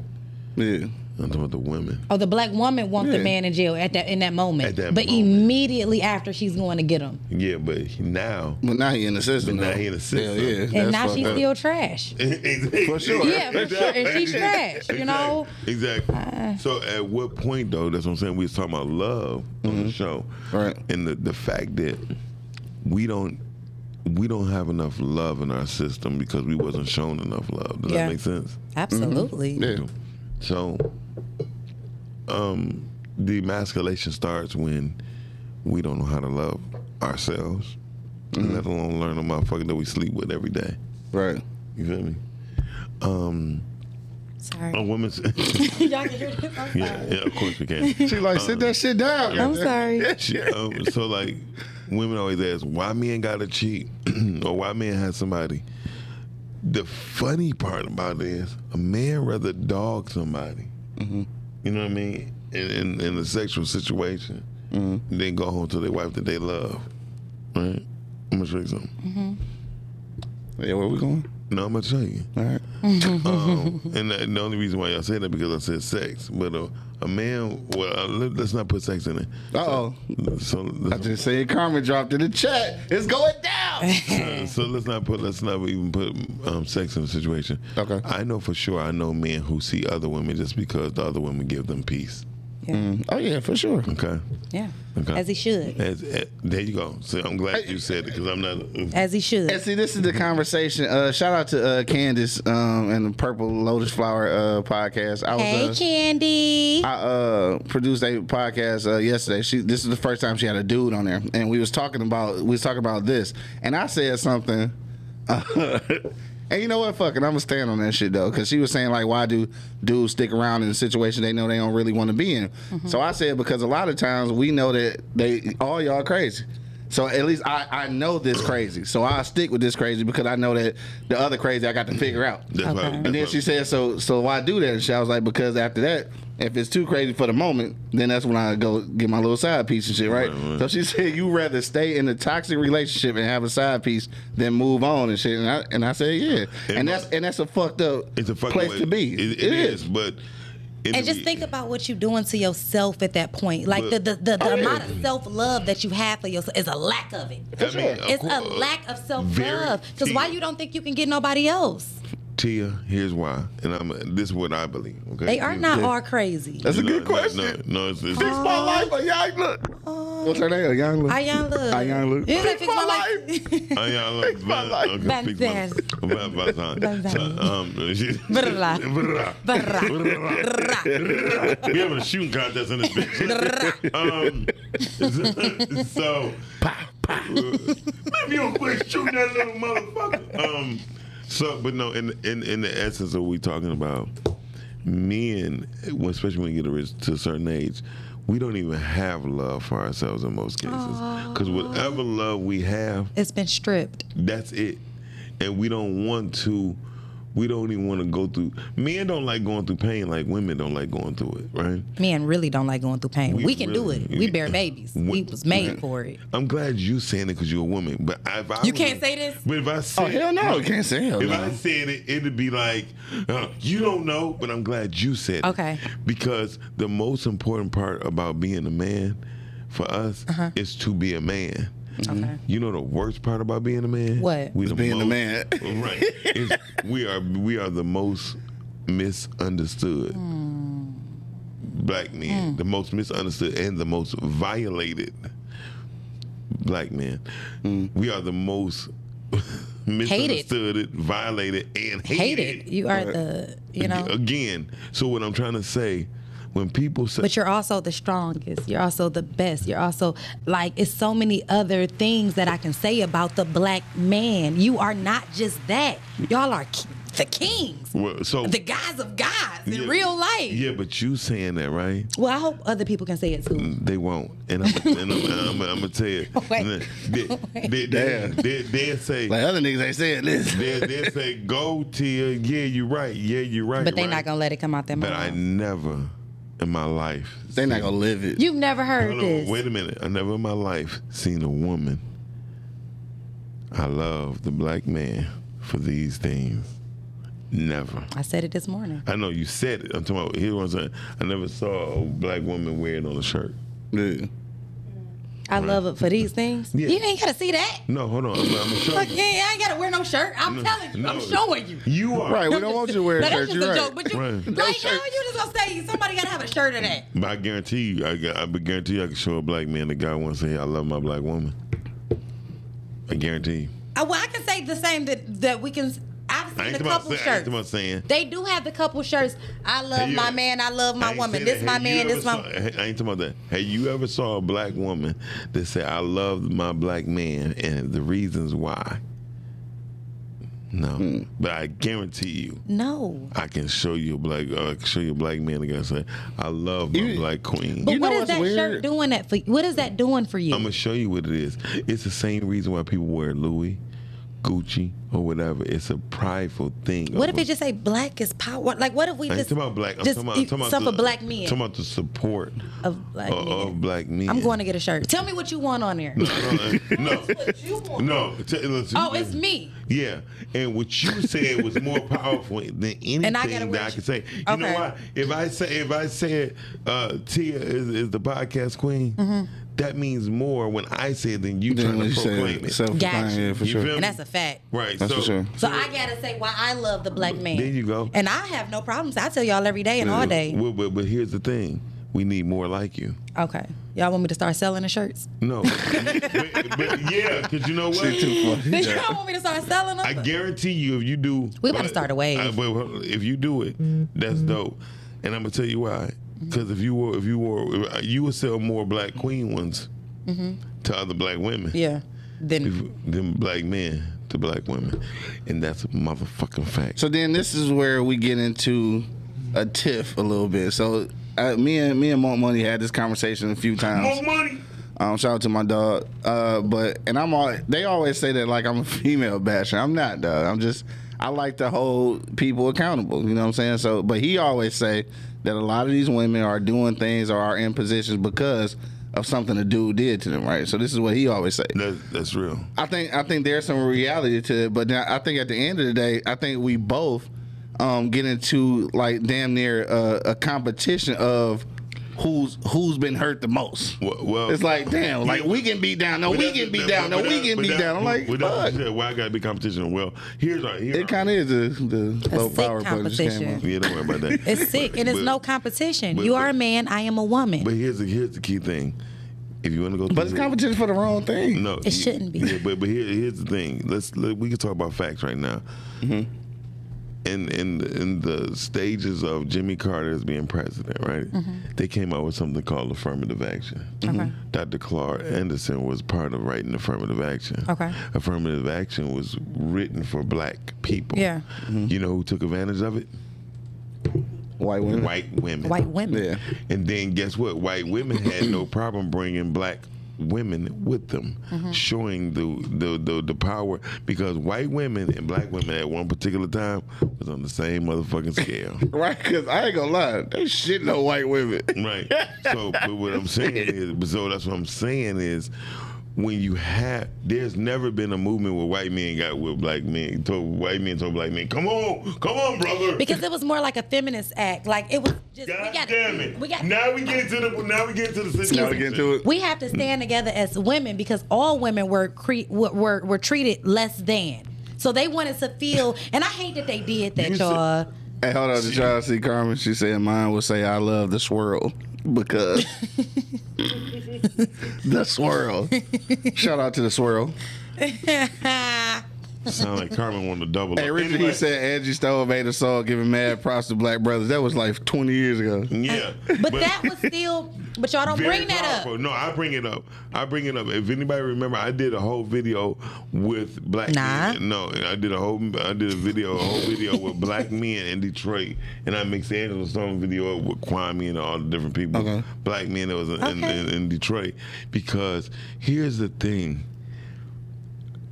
yeah.
I'm talking about the women.
Oh, the black woman wants
Yeah.
the man in jail at that in that moment.
At that
but
moment.
immediately after she's going to get him.
Yeah, but now,
But now he in the system.
But now
though.
he in the system.
Hell yeah.
And
That's
now
fucked
she's
up.
still trash.
for
sure.
Yeah, for sure. And she trash, you know? Uh.
Exactly. so at what point though? That's what I'm saying. We was talking about love on the show,
Right.
And the the fact that we don't we don't have enough love in our system because we wasn't shown enough love. Does
Yeah.
that make sense?
Absolutely.
Yeah.
So, um, the emasculation starts when we don't know how to love ourselves, let alone learn the motherfucker that we sleep with every day.
Right.
You feel me? Um, a
Sorry.
woman's.
Y'all can hear this. I'm
Yeah,
sorry.
yeah, of course we can.
She like sit that shit down.
I'm sorry.
She, um, so like, women always ask why men gotta cheat or why men have somebody. The funny part about it is a man rather dog somebody.
Mm-hmm.
You know what I mean? In in, in a sexual situation,
Mm-hmm.
than go home to their wife that they love. Right? I'm gonna show you something.
Yeah, where we going?
No, I'm gonna show you.
All right.
um, and the, the only reason why y'all say that because I said sex, but uh, a man. Well, uh, let, let's not put sex in it.
Uh oh.
So
I
let's,
just said Carmen dropped in the chat. It's going down.
uh, so let's not put let's not even put um, sex in the situation.
Okay.
I know for sure I know men who see other women just because the other women give them peace.
Yeah.
Oh yeah, for sure.
Okay.
Yeah.
Okay.
As he should.
As, eh, there you go. So I'm glad you said it because I'm not. uh,
As he should.
And see, this is the conversation. Uh, shout out to uh, Candace um, and the Purple Lotus Flower uh, podcast. I was
Hey,
uh,
Candy.
I uh, produced a podcast uh, yesterday. She this is the first time she had a dude on there, and we was talking about we was talking about this, and I said something. and you know what? Fucking, I'm gonna stand on that shit though, because she was saying like, why do dudes stick around in a situation they know they don't really want to be in? So I said because a lot of times we know that they all y'all crazy. So at least I, I know this crazy. So I stick with this crazy because I know that the other crazy I got to figure out.
That's why.
Okay.
that's
And then
why-
she said, "So, so why do that?" And she, I was like, "Because after that, if it's too crazy for the moment, then that's when I go get my little side piece and shit, right?"
Right, right.
So she said, "You rather stay in a toxic relationship and have a side piece than move on and shit." And I and I said, "Yeah," and that's
must-
and that's a fucked up
it's a fucking
place
way-
to be.
It, it is, but. it-
and just think about what you're doing to yourself at that point. Like the
But-
the, the, the
Oh, yeah.
amount of self love that you have for yourself is a lack of it.
I mean, of
It's a
course.
lack of self
Very
love. Because why
deep.
you don't think you can get nobody else?
Tia, here's why, and I'm. This is what I believe. Okay,
They are
You-
not all crazy.
That's a
No,
good
no,
question.
No, no, it's, it's,
Fix my life, a young look. What's her name? A young look.
Uh, I young love.
I young look.
You ain't
Fix
fix my life.
Oh, I am
Fix my life.
Okay, fix my- Oh, Banzan.
Banzan. Banzan.
So, um,
Brrra.
Brrra. Brrra. We having a shooting contest in this bitch. um, so- so maybe you don't quit shooting that little motherfucker. Um, so, but no, in in in the essence of what we talking about, men, when- especially when you get a rich- to a certain age, we don't even have love for ourselves in most cases. Because whatever love we have,
It's been stripped.
that's it. And we don't want to. We don't even want to go through. Men don't like going through pain like women don't like going through it, right?
Men really don't like going through pain.
We
We, can
really-
do it. We bear babies.
We-
We was made for it.
I'm glad you saying it because you're a woman, but I- if I
You
was
can't
a-
say this?
But if I said,
Oh hell no! You can't say hell
if
no.
I said it, it'd be like, uh, you don't know, but I'm glad you said it.
Okay.
Because the most important part about being a man for us
Uh-huh.
is to be a man.
Okay.
You know the worst part about being a man?
What?
We the
Being the
most-
man.
Right. It's, we are we are the most misunderstood black
Mm.
men, the most misunderstood and the most violated black men.
Mm.
We are the most misunderstood, violated, and hated.
Hated. You are the you know
Again, so what I'm trying to say, when people say,
But you're also the strongest. You're also the best. You're also like it's so many other things that I can say about the black man. You are not just that. Y'all are ki- the kings,
well, so
the guys of gods in
Yeah.
real life.
yeah, but you saying that right?
Well, I hope other people can say it too.
They won't, and I'm, and I'm, I'm, I'm gonna tell you.
Wait.
They, they, they,
Damn.
they, they say
Like other niggas ain't saying this.
they, they say go Tia. Yeah, you're right. Yeah, you're right.
But they're
right.
not gonna let it come out their
But I
mouth.
never in my life.
They not gonna live it.
You've never heard
Hold on,
this.
wait a minute. I never in my life seen a woman. I love the black man for these things. Never.
I said it this morning.
I know you said it. I'm talking about here was a. I never saw a black woman wearing on a shirt.
Yeah.
I love it for these things.
Yeah.
You ain't gotta see that.
No, hold on. I'm, I'm gonna show
Fuck
you.
yeah, I ain't gotta wear no shirt. I'm telling you.
no.
I'm showing you.
You are
Right. We don't want you to wear a
Now,
shirt.
That's just
You're
a
right.
joke, but you,
Right.
right.
Those
now
shirts.
you just gonna say somebody gotta have a shirt of that.
But I guarantee you, I, gu- I guarantee you, I can show a black man the guy wants to say, "I love my black woman." I guarantee. You.
Uh, well, I can say the same that that we can. I've
I
seen
ain't talking
the
about
couple
say- I ain't
shirts.
talking about saying.
They do have the couple shirts. I love
Hey, you-
my man. I love
I
my
ain't
woman.
saying
This
that.
my
Have you
man.
ever
This
saw-
my.
I ain't talking about that. Hey, you ever saw a black woman that said, "I love my black man" and the reasons why? No,
Hmm.
but I guarantee you,
No.
I can show you a black. Uh, I can show you a black man that guy say, "I love my
You-
black queen."
But
You
what
know
is
what's
that
weird?
shirt doing that for? you? What is that doing for you?
I'm gonna show you what it is. It's the same reason why people wear Louis, Gucci, or whatever. It's a prideful thing.
what if
Of a-
it just say black is power? Like what if we
I ain't
just
talking about black. I'm
just
talking about, I'm talking about
some
the,
for black
I'm
men
Talking uh, about the support
of black
of,
men.
of black men. Uh,
I'm going to get a shirt. Tell me what you want on there.
no, no, no. T- listen,
oh, it's me.
Yeah, and what you said was more powerful than anything
And I gotta
that I
wish-
could say. You know
Okay.
why? If I say if I said uh, Tia is, is the podcast queen,
Mm-hmm.
that means more when I say it than you
Then
trying
when
to
you say
proclaim it.
self-
Gotcha.
yeah, for
You
sure.
feel me?
And that's a fact.
Right.
That's
so,
for sure.
So I gotta say why I love the black man.
There you go.
And I have no problems. I tell y'all every day and all day.
Well, but, but here's the thing. we need more like you.
Okay. Y'all want me to start selling the shirts?
No, but, but yeah, because you know what?
Did y'all want me to start selling them?
I guarantee you, if you do,
We about to start a wave.
I-
Mm-hmm.
well, well, if you do it, that's dope, and I'm gonna tell you why. Because if you were, if you were, you would sell more black queen ones to other black women
Mm-hmm. yeah. Then
than black men to black women, and that's a motherfucking fact.
So then this is where we get into a tiff a little bit. So uh, me and me and Monk Money had this conversation a few times.
money.
Um, shout out to my dog. Uh, but and I'm all they always say that like I'm a female basher. I'm not dog. I'm just I like to hold people accountable. You know what I'm saying? So but he always say that a lot of these women are doing things or are in positions because of something a dude did to them, right? So this is what he always say.
That's that's real.
I think I think there's some reality to it, but then I think at the end of the day, I think we both um, get into like damn near uh, a competition of who's who's been hurt the most.
Well, well
It's like damn, like we can be down, no,
But
we
that's-
can be
that-
down, no,
but
we
that-
can
but
be
that-
down. I'm like
but that's-
fuck,
yeah, Why I gotta be competition? Well, here's our. Here
it kind of is the the
A
low
sick
power but it just came
competition.
up.
Yeah, don't worry about that.
it's sick and it's
But-
no competition.
but-
you are a
but-
man, I am a woman.
But here's the here's the key thing. If you want to go,
But it's
through the-
competition for the wrong thing.
No,
It shouldn't be.
Yeah, but but here, here's the thing. Let's let, we can talk about facts right now.
Mm-hmm.
In in in the stages of Jimmy Carter as being president, right? They came out with something called affirmative action.
Mm-hmm. Okay.
Dr. Clark Anderson was part of writing affirmative action.
Okay.
Affirmative action was written for black people.
Yeah.
You know who took advantage of it?
White women.
White women.
Mm-hmm. White women.
Yeah.
And then guess what? White women had no problem bringing black women with them,
Mm-hmm.
showing the, the the the power because white women and black women at one particular time was on the same motherfucking scale.
Right, because I ain't gonna lie, they shit no white women.
Right. So, but what I'm saying is, so that's what I'm saying is, when you have, there's never been a movement where white men got with black men, told white men told black men, come on, come on, brother.
Because it was more like a feminist act. Like it was just
God
we got
damn it!
we got
now we get into the now we get into the
me.
situation.
Gotta get into it.
we have to stand together as women because all women were cre- were, were were treated less than. So they wanted to feel, and I hate that they did that,
You said-
y'all.
Hey, hold on, to try to see Carmen. She said mine would say I love the swirl because the swirl. Shout out to the swirl.
Sound like Carmen wanted to double.
Hey,
up.
Richard, he
Anyway,
said Angie Stowe made a song giving mad props to black brothers. That was like 20 years ago.
Yeah,
But, that was still. But y'all don't
very
bring that
powerful.
up.
No, I bring it up. I bring it up. If anybody remember, I did a whole video with black
Nah.
men. No, I did a whole I did a video, a whole video with black men in Detroit, and I mixed the Angela Stone video up with Kwame and all the different people,
Okay.
black men that was in, in,
Okay.
in, in Detroit. Because here's the thing.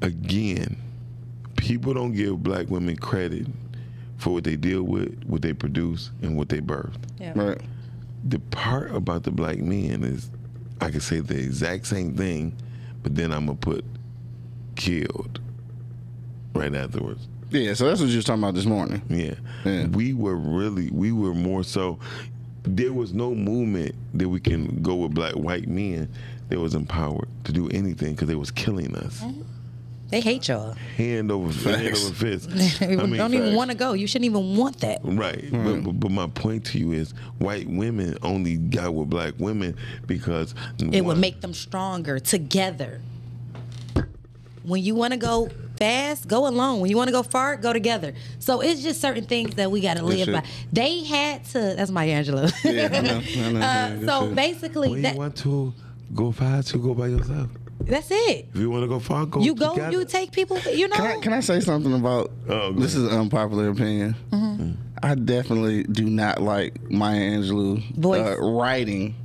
Again, people don't give black women credit for what they deal with, what they produce, and what they birth
Right.
the part about the black men is I can say the exact same thing, but then I'm gonna put killed right afterwards.
Yeah, so that's what you was talking about this morning.
Yeah.
Yeah.
We were really we were more so there was no movement that we can go with black white men that was empowered to do anything because they was killing us
Mm-hmm. They hate y'all.
hand over hand
Facts.
over fist.
They
I mean,
don't even want to go. You shouldn't even want that.
Right.
Mm.
But, but, but my point to you is white women only got with black women because
It would make them stronger together. When you want to go fast, go alone. When you want to go far, go together. So it's just certain things that we got to live
shit.
by. They had to. That's my Angela.
Yeah, I know, I know, yeah,
uh,
good
so
shit.
basically,
When
that,
you want to go far, you go by yourself.
that's it.
If you want to go far, go.
You go,
together.
you take people. You know,
Can I, can I say something about
Oh, go
this is an unpopular opinion?
Mm-hmm.
I definitely do not like Maya Angelou
Voice.
Uh, writing.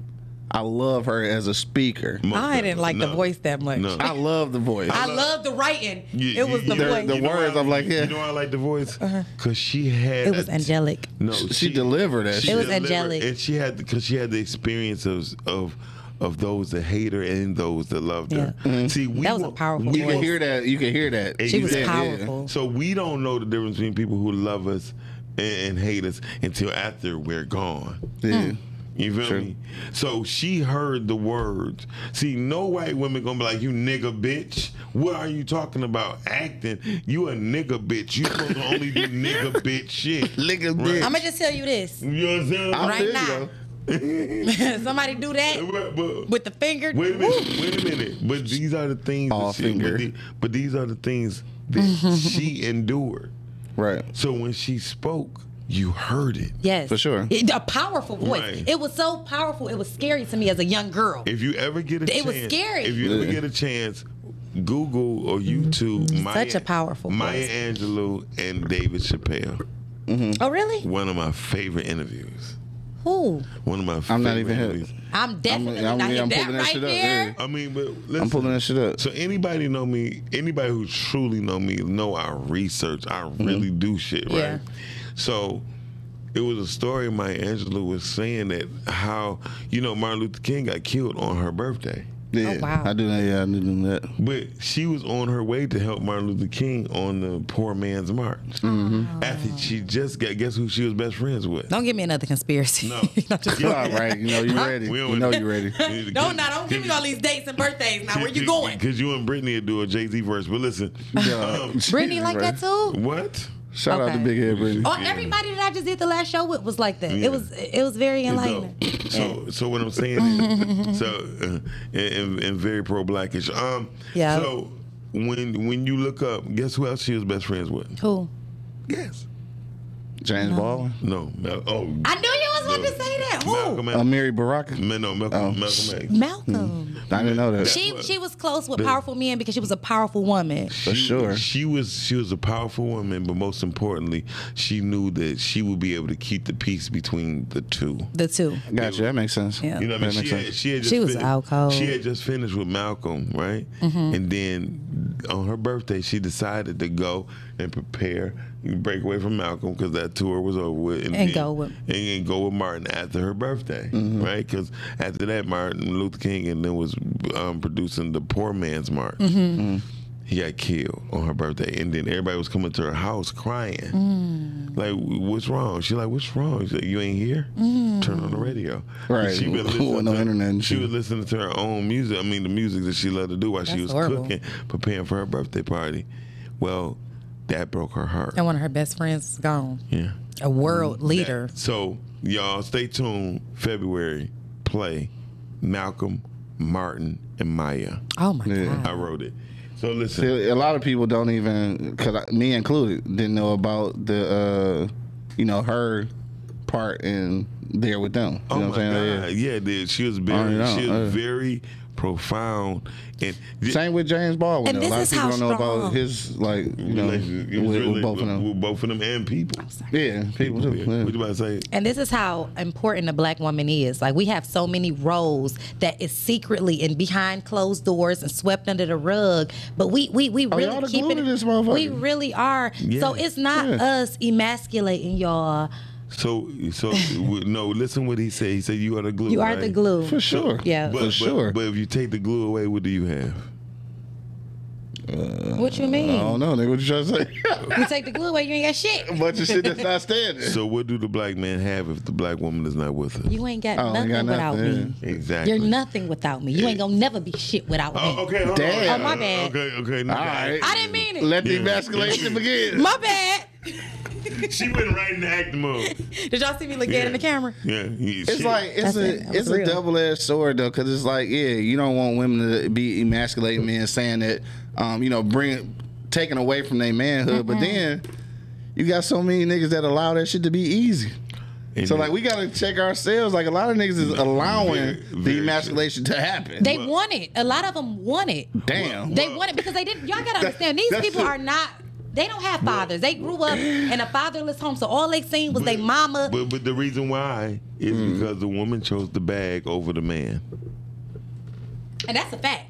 I love her as a speaker.
Most
I didn't
definitely.
like the
No.
voice that much.
No.
I love the voice.
I love the writing.
You-
it was
you-
the
you know-
voice. Uh-huh.
the
you know
words,
why-
I'm like, yeah.
You know why I like the voice? Because she had.
it was
a-
angelic.
No,
She delivered that
she
shit. It
was
delivered,
angelic.
and she had because she had the experience of of of those that hate her and those that loved her.
Yeah.
See, we
That was a
want-
powerful
we
you
voice.
can Mm-hmm. hear that. You can hear that.
She
She was
Yeah,
yeah.
powerful.
So we don't know the difference between people who love us and, and hate us until after we're gone.
Yeah.
You feel
True.
me? So she heard the words. See, no white woman gonna be like, "You nigga bitch." What are you talking about? Acting? You a nigga bitch? You supposed to only do nigga bitch shit.
Nigga
Right.
bitch.
I'm gonna just tell you this.
You know what I'm saying?
I
Right
feel you,
now.
though.
Somebody do that
But- but-
with the finger.
Wait a minute. Wait a minute. But these are the things. that
All
she,
finger.
But, the- but these are the things that she endured.
Right.
So when she spoke, you heard it.
Yes.
For sure.
It- a powerful voice.
Right.
It was so powerful. It was scary to me as a young girl.
If you ever get a
It
chance,
was scary. Mm-hmm.
If you ever
Yeah.
get a chance, Google or YouTube Maya,
Such a powerful
Maya
voice.
Angelou and David Chappelle.
oh, really?
One of my favorite interviews.
Who?
One of my favorite
I'm not even hip.
interviews.
I'm definitely
I'm-
not
yeah,
hip.
I'm
that
pulling that
right
shit up,
there.
yeah.
I mean, but listen.
I'm pulling that shit up.
So anybody know me? Anybody who truly know me know I research. I
Mm-hmm.
really do shit, right?
Yeah.
So it was a story my Angelou was saying that how you know Martin Luther King got killed on her birthday,
Yeah,
Oh, wow.
I do that. Yeah, I do that.
but she was on her way to help Martin Luther King on the Poor Man's March.
Mm-hmm.
After she just got guess who she was best friends with?
Don't give me another conspiracy.
No.
Not just-
You all right? You know you ready.
We
You
don't-
know you ready.
You need to
Don't
get-
now. Don't give me all these dates and birthdays. Now where you going?
Because you and Brittany would do a Jay Z verse. But listen, Oh, Um,
Yeah.
Brittany like that too?
what?
Shout out
Okay. Oh,
to Big Head Brittany.
Or everybody that I just did the last show with was like that.
Yeah.
It was it was very enlightening.
Dope. So, so what I'm saying is, so uh, and, and, and very pro blackish. Um,
Yeah.
So when when you look up, guess who else she was best friends with?
Who?
Yes.
James Baldwin.
No. Mal- oh.
I knew you was about to say that. Who?
Malcolm X.
Uh, Mary Baraka.
Ma- no, Malcolm,
Oh.
Malcolm X.
Malcolm.
I didn't know that.
She she was close with powerful men because she was a powerful woman.
For sure.
She was she was a powerful woman, but most importantly, she knew that she would be able to keep the peace between the two.
The two.
Gotcha. That makes sense.
Yeah.
You know what I
That
mean? She
makes
had,
sense.
she had just
She was Mm-hmm.
finished,
out cold.
She had just finished with Malcolm, right? And then on her birthday, she decided to go and prepare, break away from Malcolm because that tour was over with,
And
then-
go with-
and, and go with Martin after her birthday,
Mm-hmm.
right? Because after that, Martin Luther King and then was um, producing the Poor Man's March. He got killed on her birthday, and then everybody was coming to her house crying.
Mm.
Like, what's wrong? She like, what's wrong? She like, you ain't here.
Mm.
Turn on the radio.
Right.
She been
With
listening
no
to-
internet and
She
shit.
was listening to her own music. I mean, the music that she loved to do while she
That's
was
horrible.
cooking, preparing for her birthday party. Well, that broke her heart.
And one of her best friends is gone.
Yeah.
A
Mm,
world leader.
So y'all stay tuned. February play Malcolm, Martin, and Maya.
Oh my
Yeah.
god.
I wrote it. So listen.
See, a lot of people don't even, cause I, me included, didn't know about the, uh, you know, her part in there with them. You
Oh
know
my
what I'm saying?
God!
Yeah.
Yeah, dude, she was very,
yeah,
she was
yeah.
very profound, and
Same with James Baldwin.
And
though.
this
a lot
is
of people
how
don't know about
strong-
his, like, you know,
Relation- it
with,
was
with
really-
both of them.
with both of them and people.
Yeah, people too.
Yeah.
yeah.
What you about to say?
And this is how important a black woman is. Like we have so many roles that is secretly and behind closed doors and swept under the rug, but we we we really
y'all the
keep
glue
it.
to this motherfucker.
we really are. So it's not
Yeah.
us emasculating y'all.
So, so w- no. Listen, what he said. He said you are the glue.
You are
right?
the glue.
For sure.
Yeah.
But,
For
but-
sure.
But if you take the glue away, what do you have?
What you
I
mean?
don't know, nigga. What you trying to say?
You take the glue away, you ain't got shit.
a bunch of shit that's not standing.
So, what do the black man have if the black woman is not with us?
You ain't got
I don't
nothing
got
without
nothing,
me.
Exactly.
You're nothing without me. You ain't gonna never be shit without me.
Oh, okay. Hold On.
Damn. Oh, my
bad.
Okay. Okay.
All right.
I didn't mean it.
Let the
Yeah.
emasculation begin.
My bad.
She went right into act mode.
Did y'all see me look
Yeah.
dead in the camera?
Yeah.
It's like it's
That's it. That
a
was
it's a
real.
double edged sword though, because it's like yeah, you don't want women to be emasculating men, saying that, um, you know, bring taking away from their manhood, but then you got so many niggas that allow that shit to be easy. So like we gotta check ourselves. Like a lot of niggas is allowing
Very- very
the emasculation to happen.
They want it. A lot of them want it.
Damn.
They want it because they didn't. Y'all gotta understand. These
that's
people
it.
are not. They don't have fathers. They grew up in a fatherless home, so all they seen was their mama.
But but the reason why is
Hmm.
because the woman chose the bag over the man.
and that's a fact.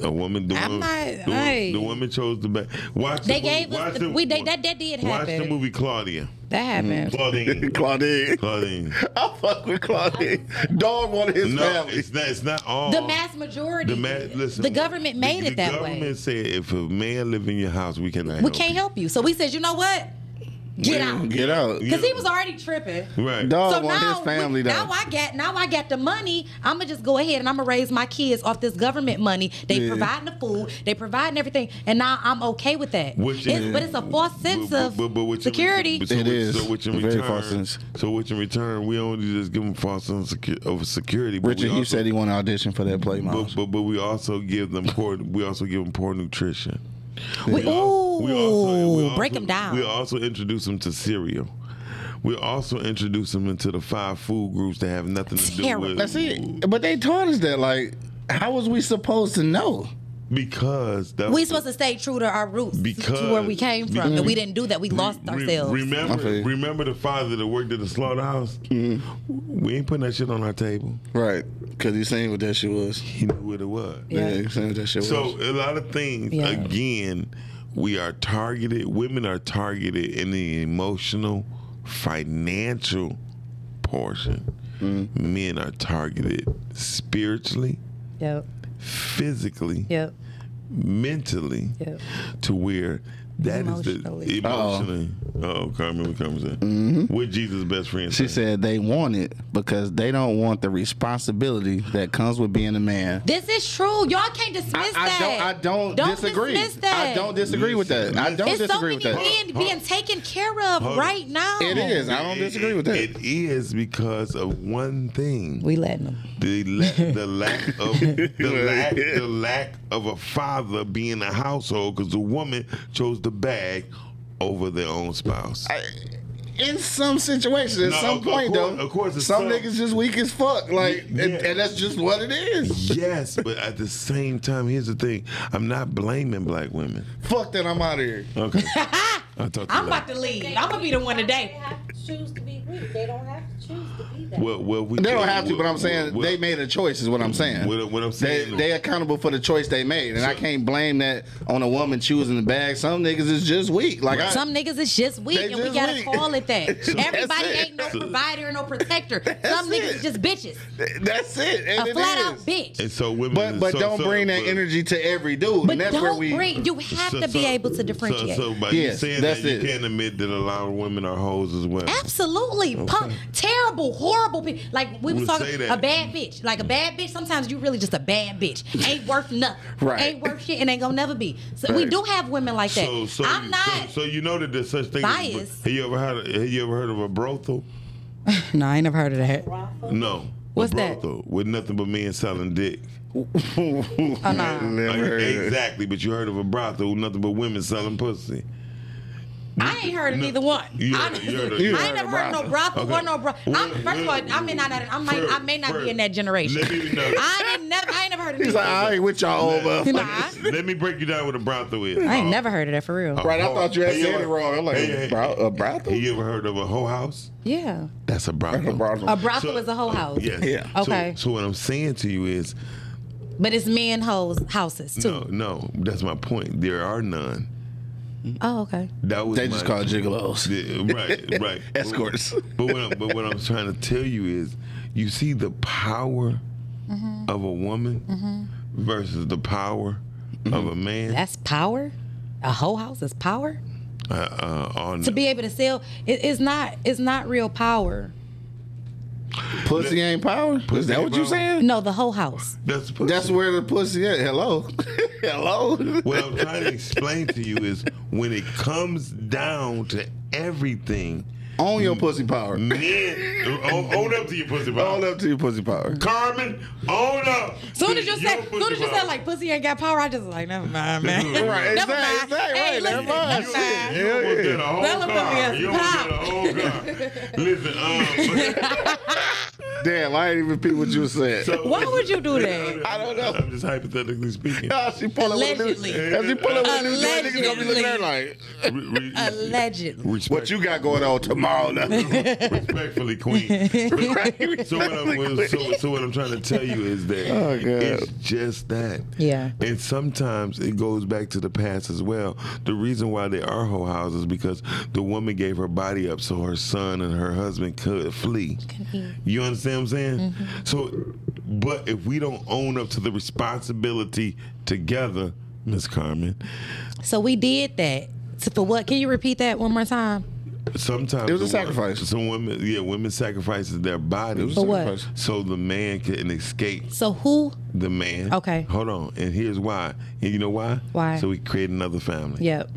A woman, the,
I'm
woman,
not-
the,
hey.
the woman chose the bag. Watch. the
They
movie-
gave us
watch
the- we- they- that- that did
Watch the
happen.
movie Mm. Claudia.
That happened.
Claudine.
Claudine.
Claudine.
I fuck with Claudine. Dog wanted his
No,
family.
it's not. It's not all.
The mass majority.
The ma- listen,
the government made
the-
it that
The
way.
government said if a man live in your house, we cannot.
We can't help you. So we said, you know what? Get out.
Get out.
Because he was already tripping.
Right.
Dog
so
on
now,
his family,
we-
though.
now I got now I got the money. I'ma just go ahead and I'ma raise my kids off this government money. They
Yeah.
providing the food, they providing everything, and now I'm okay with that.
Which
It's-
is-
but it's a false sense
But-
of
but- but what you-
security.
but so what-
It is.
So which in
Very
return,
false sense.
so which in return, we only just give them false sense secu- of security. But
Richard
we
Hughes
also,
said he want to audition for that play,
but,
Miles.
but but we also give them poor. We also give them poor nutrition.
we, ooh,
we also, we also-
break them down.
We also introduce them to cereal. We also introduce them into the five food groups that have nothing to do
Terrible.
with
That's it. But they taught us that. Like, how was we supposed to know?
because that
we supposed to stay true to our roots,
Because-
to where we came from, and we didn't do that. We lost
Re-
ourselves.
Remember,
Okay.
remember the father that worked at the slaughterhouse.
Mm-hmm.
We ain't putting that shit on our table.
Right. Because he seen what that shit was.
He knew what it was.
Yeah,
Yeah.
he seen what that shit
So
was.
a lot of things.
Yeah.
Again, we are targeted. Women are targeted in the emotional, financial portion.
Mm-hmm.
Men are targeted spiritually,
yep,
physically,
yep,
mentally,
yep.
to where. that is
Emotionally. Mm-hmm.
the
Uh-oh.
emotionally. Oh, Carmen, what comes in? What Jesus' best friend
She
say?
said they want it because they don't want the responsibility that comes with being a man.
This is true. Y'all can't dismiss
I, I
that.
don't. I don't, disagree.
dismiss that.
I don't disagree with that. I don't
it's
disagree
so
with
many
that.
men being taken care of
Hold on.
right now.
It is. I don't disagree with that.
It is because of one thing.
We letting them.
the la- the lack of the lack, the lack of a father being a household because the woman chose the bag over their own spouse.
in some situations, at
No,
some
of
point
course-
though,
of course, it's
some
some-
niggas just weak as fuck. Like,
Yeah.
and, and that's just what it is.
yes, but at the same time, here's the thing: I'm not blaming black women.
Fuck that, I'm out of here.
Okay, I talk to
I'm
you
about
later.
to leave. I'm gonna be the one
They
today.
have to choose to be weak. They don't have to choose to be that.
Well, well, we
They don't
well,
have to, but I'm
well,
saying
well,
they made a choice. Is what I'm saying.
What- what I'm saying-
They, they accountable for the choice they made, and I can't blame that on a woman choosing the bag. Some niggas is just weak. Like I,
Some niggas is just weak,
They
and we
just
gotta
weak.
call it that. Everybody
it.
ain't no provider, no protector. Some niggas
it.
is just bitches.
that's it. And
A
it
flat out
is.
bitch.
And so women,
But but
so-
don't
so-
bring that
but-
energy to every dude.
But
and that's
don't
where we
bring. You have
so-
to be
so-
able to differentiate.
So, so by
Yes,
you saying
that's
that,
it.
you can't admit that a lot of women are hoes as well.
Absolutely, punk, terrible, horrible people. Like we was
We'll say
talking,
that.
a bad bitch. Like a bad bitch. Sometimes you really just a bad bitch. Ain't worth nothing.
Right.
Ain't worth shit, and ain't gonna never be. So we
Right.
do have women like that.
So, so,
I'm
you,
not.
so, so you know that there's such thing. as-
biased.
Have you ever heard? Have you ever heard of a brothel?
no, I ain't never heard of that.
Brothel.
No.
What's
a
that?
brothel with nothing but men selling dick.
Oh, no.
Never heard of it.
exactly, but you heard of a brothel with nothing but women selling pussy.
I ain't heard of
No.
neither one.
You heard-
Honestly,
you heard of-
I
you
ain't
heard
never
of
heard of no brothel
Okay.
or no bro. I'm,
Well,
first of all,
well,
I may not. I might. I may not
first,
be in that generation.
Let me know.
I ain't never. I ain't never heard of.
He's
neither.
like, I ain't with y'all old
You
motherfuckers.
know, I,
let me break you down what a brothel is.
I ain't never heard of that for real.
Oh.
Right, I thought you had
Hey,
said
yo.
it wrong. I'm like,
Hey, hey.
a bro- a brothel?
Have you ever heard of a whole house?
Yeah,
That's a brothel.
A brothel.
a brothel
So- uh,
is a whole house.
Yes.
Yeah.
So-
Okay.
so what I'm saying to you is,
But it's men hoes houses too.
no, no, that's my point. There are none.
Oh, okay.
That was
they just
my-
call it gigolos.
Yeah, right, right.
Escorts.
But what, I'm, but what I'm trying to tell you is, you see the power
Mm-hmm.
of a woman versus the power
Mm-hmm.
of a man.
That's power. A whole house is power.
Uh, uh, on
To be able to sell, it, it's not. It's not real power.
Pussy ain't power? Is that
ain't
what you
power.
saying?
No, the whole house.
that's
That's where the pussy at. Hello. Hello.
what I'm trying to explain to you is when it comes down to everything,
Own your pussy power.
men own, own up to your pussy power.
Own up to your pussy power.
Carmen, own up.
Soon
to
as you
your
said,
pussy
soon as you
power.
said like pussy ain't got power, I just was like never mind, man.
Right,
never
exact-
mind.
exact,
Hey,
right,
listen,
never mind.
never mind.
Shit.
You
Hell
almost
yeah.
did a whole
That look
car.
like
You almost did a whole car. Listen, um,
Damn, I ain't even repeat what you said.
so-
Why would you do that?
I don't know.
I'm just hypothetically speaking.
Ah, she pull up with a
Allegedly.
new, as she pull up with a new joint, niggas gonna be looking at her like,
Re- re-
Allegedly.
respect-
what you got going on tomorrow? now?"
respectfully, queen. so, what I'm, so, so what I'm trying to tell you is that
Oh, God.
it's just that.
Yeah.
And sometimes it goes back to the past as well. The reason why they are whole houses because the woman gave her body up so her son and her husband could flee. You understand what I'm saying?
Mm-hmm.
So, but if we don't own up to the responsibility together, Miss Carmen,
So we did that. So for what? Can you repeat that one more time?
Sometimes
It was a
the wo-
sacrifice.
Some women, yeah, women sacrifices their bodies
For
what?
so the man can escape
So who?
the man.
Okay.
Hold on, and here's why. And you know why?
Why?
So we create another family.
Yep.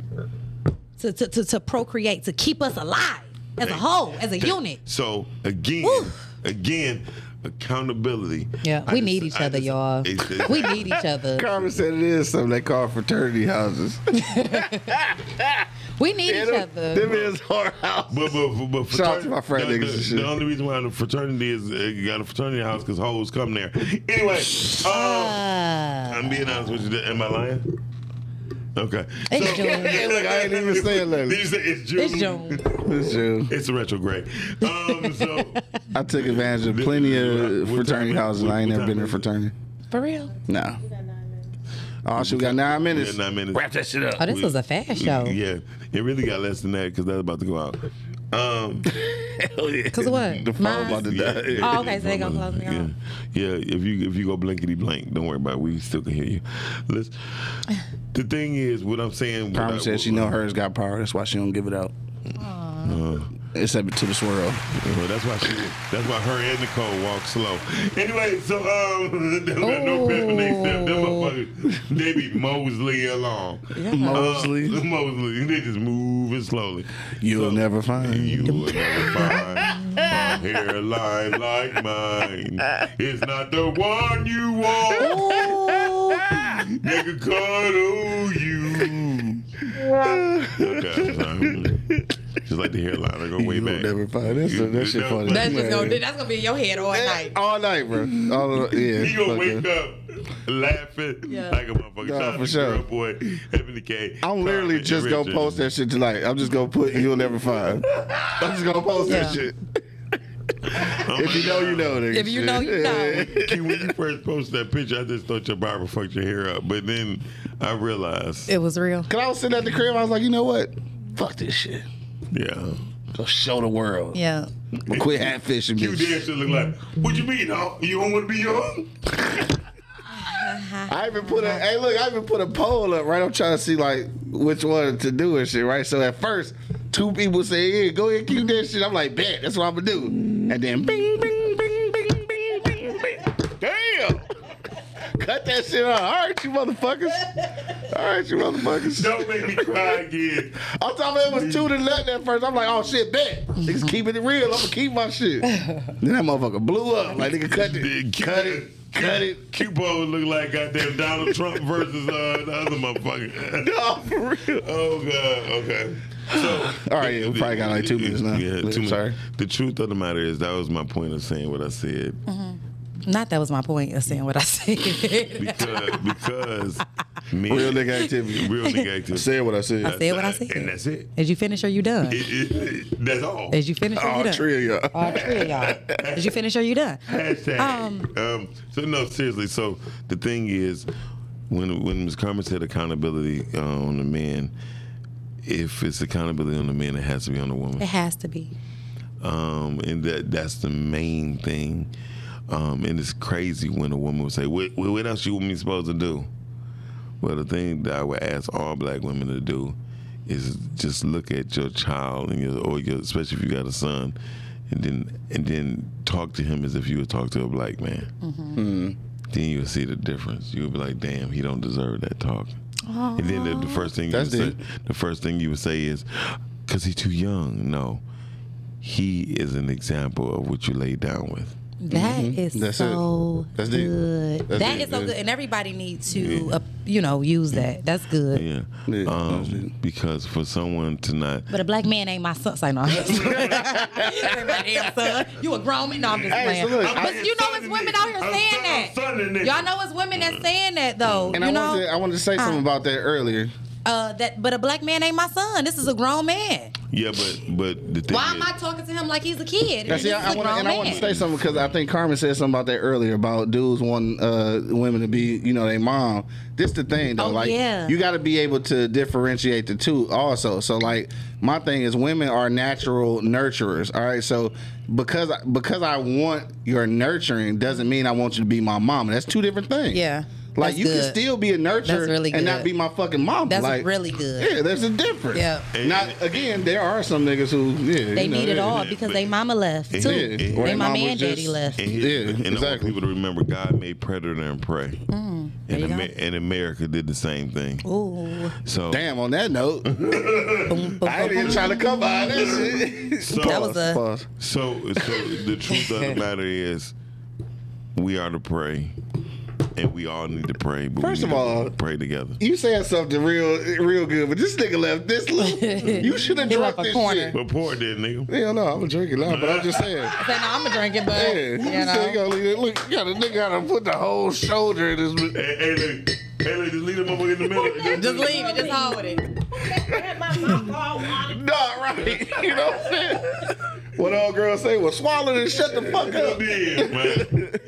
To, to, to, to procreate, to keep us alive as a whole, as a unit.
So again,
Woo.
again, accountability.
Yeah,
I
we
just-
need each
I
other,
just-
y'all.
it's- it's-
We need each other.
Carmen said it is something they call fraternity houses.
We need each
Them
other.
is whorehouse.
But, but, but, but
Shout out to my friend
the,
niggas
the-
and shit.
the only reason why the fraternity is uh, got a fraternity house because hoes come there. Anyway, um,
Uh,
I'm being honest with you. Am I lying? Okay.
it's June.
Hey, look, I ain't even saying nothing.
These- it's June.
It's June.
It's true.
It's a retrograde. Um, so
I took advantage of plenty of
What
fraternity
time is-
houses.
what-
I ain't
what
never
time
been in a
is it?
fraternity.
For real.
No. Oh, shit, we got nine minutes.
yeah, nine minutes.
Wrap that shit up.
Oh, this was a fast show.
Yeah, it really got less than that because that's about to go out. Um,
Hell yeah.
'Cause what?
The phone about to
yeah,
die.
Oh, okay, so they gonna close me
yeah.
off.
Yeah, if you if you go blankety blank, don't worry about it. We still can hear you. Let's. The thing is, what I'm saying. what I-
Carmen said she know hers got power. That's why she don't give it out. Except to the swirl.
Well, that's why she. That's why her and Nicole walk slow. Anyway, so um, no, no pep in they step. Them
Oh.
motherfuckers, they be Mosley along.
Mostly.
Uh, Mosley, they just moving slowly.
You'll
So-
never find.
You will never find a hairline like mine. It's not the one you want. Nigga, cuddle you. Okay, sorry. Just like the hairline, I go way
You'll
back.
never find. That's,
You-
that shit
no,
funny.
That's
just gonna, that's gonna be in your head all night.
All night, bro. All yeah.
He gonna
fuck
wake
that.
up laughing like a motherfucker.
Nah,
Shout out
for
to
sure.
Girl boy, Ebony K.
I'm literally
Carmen,
just
and
gonna
Richard.
post that shit tonight. I'm just gonna put you'll never find. I'm just gonna post that shit.
I'm
If you know, you know. Nigga.
If you know, you know.
Key, when you first posted that picture, I just thought your barber fucked your hair up. But then I realized,
It was real.
Cause I was sitting at the crib, I was like, you know what? Fuck this shit.
yeah.
Go show the world.
Yeah.
But quit hat fishing,
You
bitch.
damn should look like, what you mean, huh? You don't want to be young?
I even put a hey look, I even put a poll up, right? I'm trying to see like which one to do and shit, right? So at first, two people say, Yeah, go ahead, keep that shit. I'm like, bet, that's what I'm gonna do. And then bing, bing, bing, bing, bing, bing, bing. Damn. Cut that shit out. All right, you motherfuckers. All right, you motherfuckers.
Don't make me cry again.
I thought it was two to nothing at first. I'm like, oh shit, bet. Niggas keeping it real. I'm gonna keep my shit. then that motherfucker blew up. Like nigga cut it. Cut it. Cut it.
Cupo look like goddamn Donald Trump versus uh, the other motherfucker.
No, for real.
Oh god. Okay. So
All right, yeah, we probably got like two minutes now.
Yeah, two
Sorry.
minutes. The truth of the matter is that was my point of saying what I said
Mm-hmm.
Not that was my point of saying what I said.
because because me
Real nigga activity.
real nigga activity.
Said what I said.
I said what I said.
and that's it.
Did you finish or you done?
It- it- it- that's all.
Did you finish or you
Oh,
done?
three of y'all.
All three of y'all. Did you finish or you done?
Hashtag.
Um,
Um, so no, seriously. So the thing is, when when Ms. Carmen said accountability uh, on the man, if it's accountability on the man, it has to be on the woman.
It has to be.
um, and that that's the main thing. Um, and it's crazy when a woman would say, "What, what what else you want me supposed to do?" Well, the thing that I would ask all black women to do is just look at your child and your or your, especially if you got a son, and then and then talk to him as if you would talk to a black man.
Mm-hmm.
Mm-hmm. Then you'll see the difference. You'll be like, "Damn, he don't deserve that talk." And then the, the first thing you would
That's
say,
deep.
the first thing you would say is, "Cause he's too young." No, he is an example of what you laid down with.
That is
That's
so
it. That's deep.
good.
That's
That
deep,
is so
yeah.
good, and everybody needs to, uh, you know, use that. That's good.
Yeah.
Yeah,
Um, because for someone to not
But a black man ain't my son. Say no. I'm just playing. Ain't my damn son. You a grown man. No, I'm just
Hey,
playing.
so look,
but
I-
you know it's women out here
I'm son-
saying
I'm sonning
that.
it.
Y'all know it's women that's saying that though.
And
you
I,
know,
wanted to, I wanted to say something about that earlier.
uh, that. But a black man ain't my son. This is a grown man.
Yeah, but but the thing
Why
is,
am I talking to him like he's a kid?
Now, see,
This
I,
is
I
a
wanna,
grown
and I want to
man.
say something because I think Carmen said something about that earlier about dudes wanting uh, women to be, you know, their mom. This the thing though,
Oh,
like
yeah.
you got to be able to differentiate the two also. So like my thing is women are natural nurturers. All right, so because because I want your nurturing doesn't mean I want you to be my mama. That's two different things.
Yeah.
Like
That's
you can
good.
still be a nurturer
That's really
and
good.
not be my fucking mom.
That's
like,
really good.
Yeah, there's a difference.
Yeah.
Not again. There are some niggas who yeah
They
you know,
need it
yeah.
all because they mama left
Yeah.
too.
Yeah.
They
Or they
mama
mama was
and daddy
just-
left.
And, here,
Yeah,
and I want
exactly.
people to remember God made predator and prey.
Mm, There
and,
you go.
Amer- and America did the same thing.
Ooh.
So
Damn. On that note,
Boom, boom,
I ain't
boom,
even
boom.
trying to come by that shit.
So-
That was a-
Pause.
So, so the truth of the matter is, we are to pray, and we all need to pray. But we
First of
need to
all-
pray together.
You said something real, real good, but this nigga left this little. You should have
He
dropped
left a
this
corner.
shit.
But poor did nigga.
Hell no, I'm drinking now, but I'm just saying.
I said, no, I'm gonna drink it, but
Yeah,
you know.
you gotta, look, you got a nigga gotta put the whole shoulder in his.
Hey, hey, look, hey, look, just leave them over in the middle.
Just leave it. Just hold it.
My mouth all watered.
Nah, right. You know what I'm saying? What old girl say? Well, swallow this, shut the fuck up.
Did,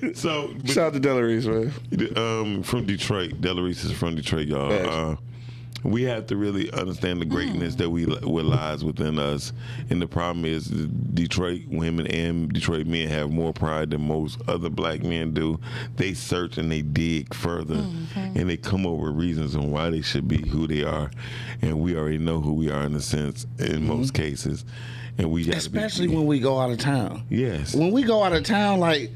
man. So, but
Shout out to Delores, man.
um, from Detroit. Delarice is from Detroit, y'all.
Yes.
Uh, we have to really understand the greatness that we what lies within us, and the problem is Detroit women and Detroit men have more pride than most other black men do. They search and they dig further, and they come up with reasons on why they should be who they are, and we already know who we are in a sense in most cases, and we gotta be-
Especially when we go out of town.
yes
When we go out of town, like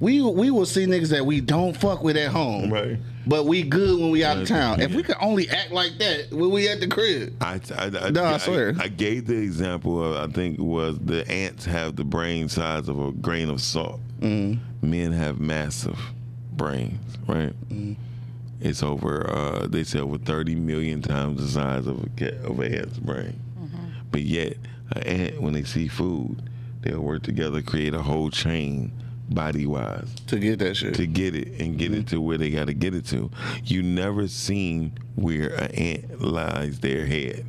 we we will see niggas that we don't fuck with at home.
Right.
But we good when we out of
Yeah.
town. If we could only act like that when we at the crib.
I, I, I,
No, I
I-
swear.
I, gave the example of, I think was the ants have the brain size of a grain of salt.
Mm.
Men have massive brains, right?
Mm.
It's over. Uh, they say over thirty million times the size of a cat, of an ant's brain.
Mm-hmm.
But yet, an ant when they see food, they'll work together, create a whole chain, body wise
To get that shit.
to get it and
Mm-hmm.
get it to where they got to get it to. You never seen where an ant lies their head.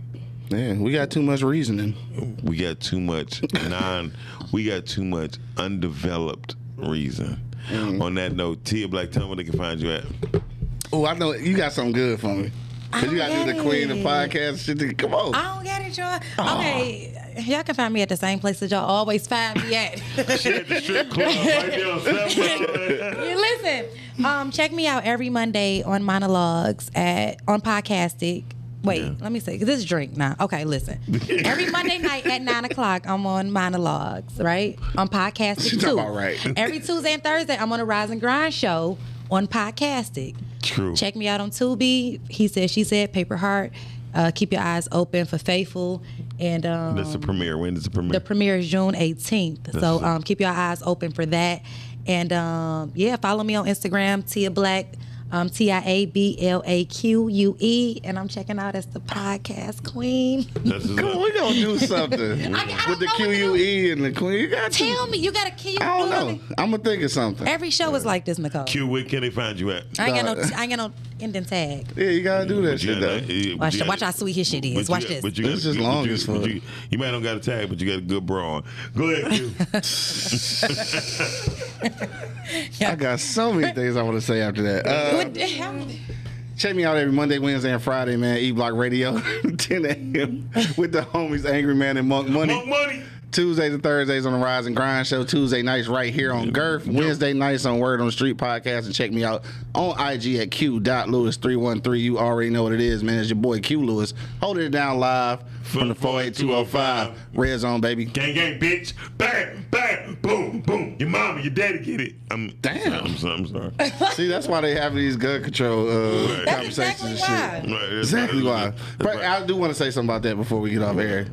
Yeah, we got too much reasoning.
We got too much non. we got too much undeveloped reason.
Mm-hmm.
On that note, Tia Black, tell them where they can find you at.
Oh, I know you got something good for me. Cause you got
I
to do the
get
queen of
it.
podcast shit. to- Come on.
Oh, I don't get it, y'all. Okay, y'all can find me at the same place that y'all always find me at.
She at the strip club right there on Southwest.
Yeah, Listen, um, check me out every Monday on monologues at on podcastic. Wait,
Yeah.
let me say 'cause this is drink now. Okay, listen. Every Monday night at nine o'clock, I'm on monologues, right? On podcastic
She talking
too.
about right.
Every Tuesday and Thursday, I'm on a Rise and Grind show on podcastic.
True.
Check me out on Tubi. He said, she said, Paper Heart. Uh, keep your eyes open for Faithful and um,
That's the premiere. When is the premiere?
the premiere is June 18th. So um, keep your eyes open for that. And um, yeah, follow me on Instagram, Tia Black, um, T I A B L A Q U E. And I'm checking out as the podcast queen.
That's what's
Come on,
up.
we gonna do something
I don't
with the
know what to do.
QUE and the queen. You got to.
Tell me, you got to kill
I don't know. I'm gonna think of something.
Every show is like this, Nicole.
Q, where can they find you at?
I ain't, got no, I ain't got no ending tag.
yeah, you gotta do that
But you
shit
gotta-
though.
yeah, but
Watch,
you
watch
gotta-
how sweet his shit
but
is.
you
Watch
got-
this.
But you
This
got,
is long as fuck.
You, you might not got a tag, but you got a good bra on. Go ahead, Q.
I got so many things I want to say after that. Uh,
What the hell?
check me out every Monday, Wednesday, and Friday, man. E Block Radio, 10 a.m. with the homies Angry Man and Monk Money.
More money.
Tuesdays and Thursdays on the Rise and Grind Show. Tuesday nights right here on Girth. Wednesday nights on Word on the Street podcast. And check me out on IG at Q.Lewis313. You already know what it is, man. It's your boy Q Lewis. Holding it down live from the 48205. Red Zone, baby.
Gang, gang, bitch. Bam, bam, boom, boom. Your mama, your daddy get it. I'm,
Damn.
I'm, sorry, I'm sorry.
See, that's why they have these gun control uh,
That's
conversations and
exactly why.
shit.
Right, that's
Exactly why.
right. That's
But
right.
I do want to say something about that before we get off air.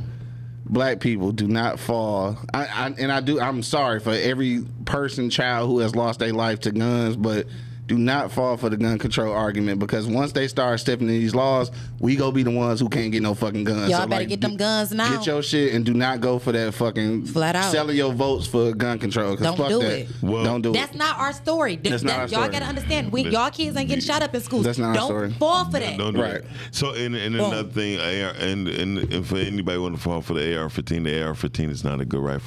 Black people do not fall. I, I and I do. I'm sorry for every person, child who has lost their life to guns, but do not fall for the gun control argument because once they start stepping to these laws, we go be the ones who can't get no fucking guns.
Y'all better get them
do-
guns now.
Get your shit and do not go for that fucking
Flat out.
selling your votes for gun control. 'cause
Don't
fuck
do
that.
it.
Well-
Don't do
That's
it.
not our story. Th-
That's not
that-
our
y'all
story.
gotta understand. We,
That-
y'all kids ain't getting shot up in school.
That's not our
Don't
story.
fall for that.
Don't do
Right.
that. So, and, and
Boom.
another thing, AR, and, and, and for anybody want to fall for the AR-15, the AR-15 is not a good rifle.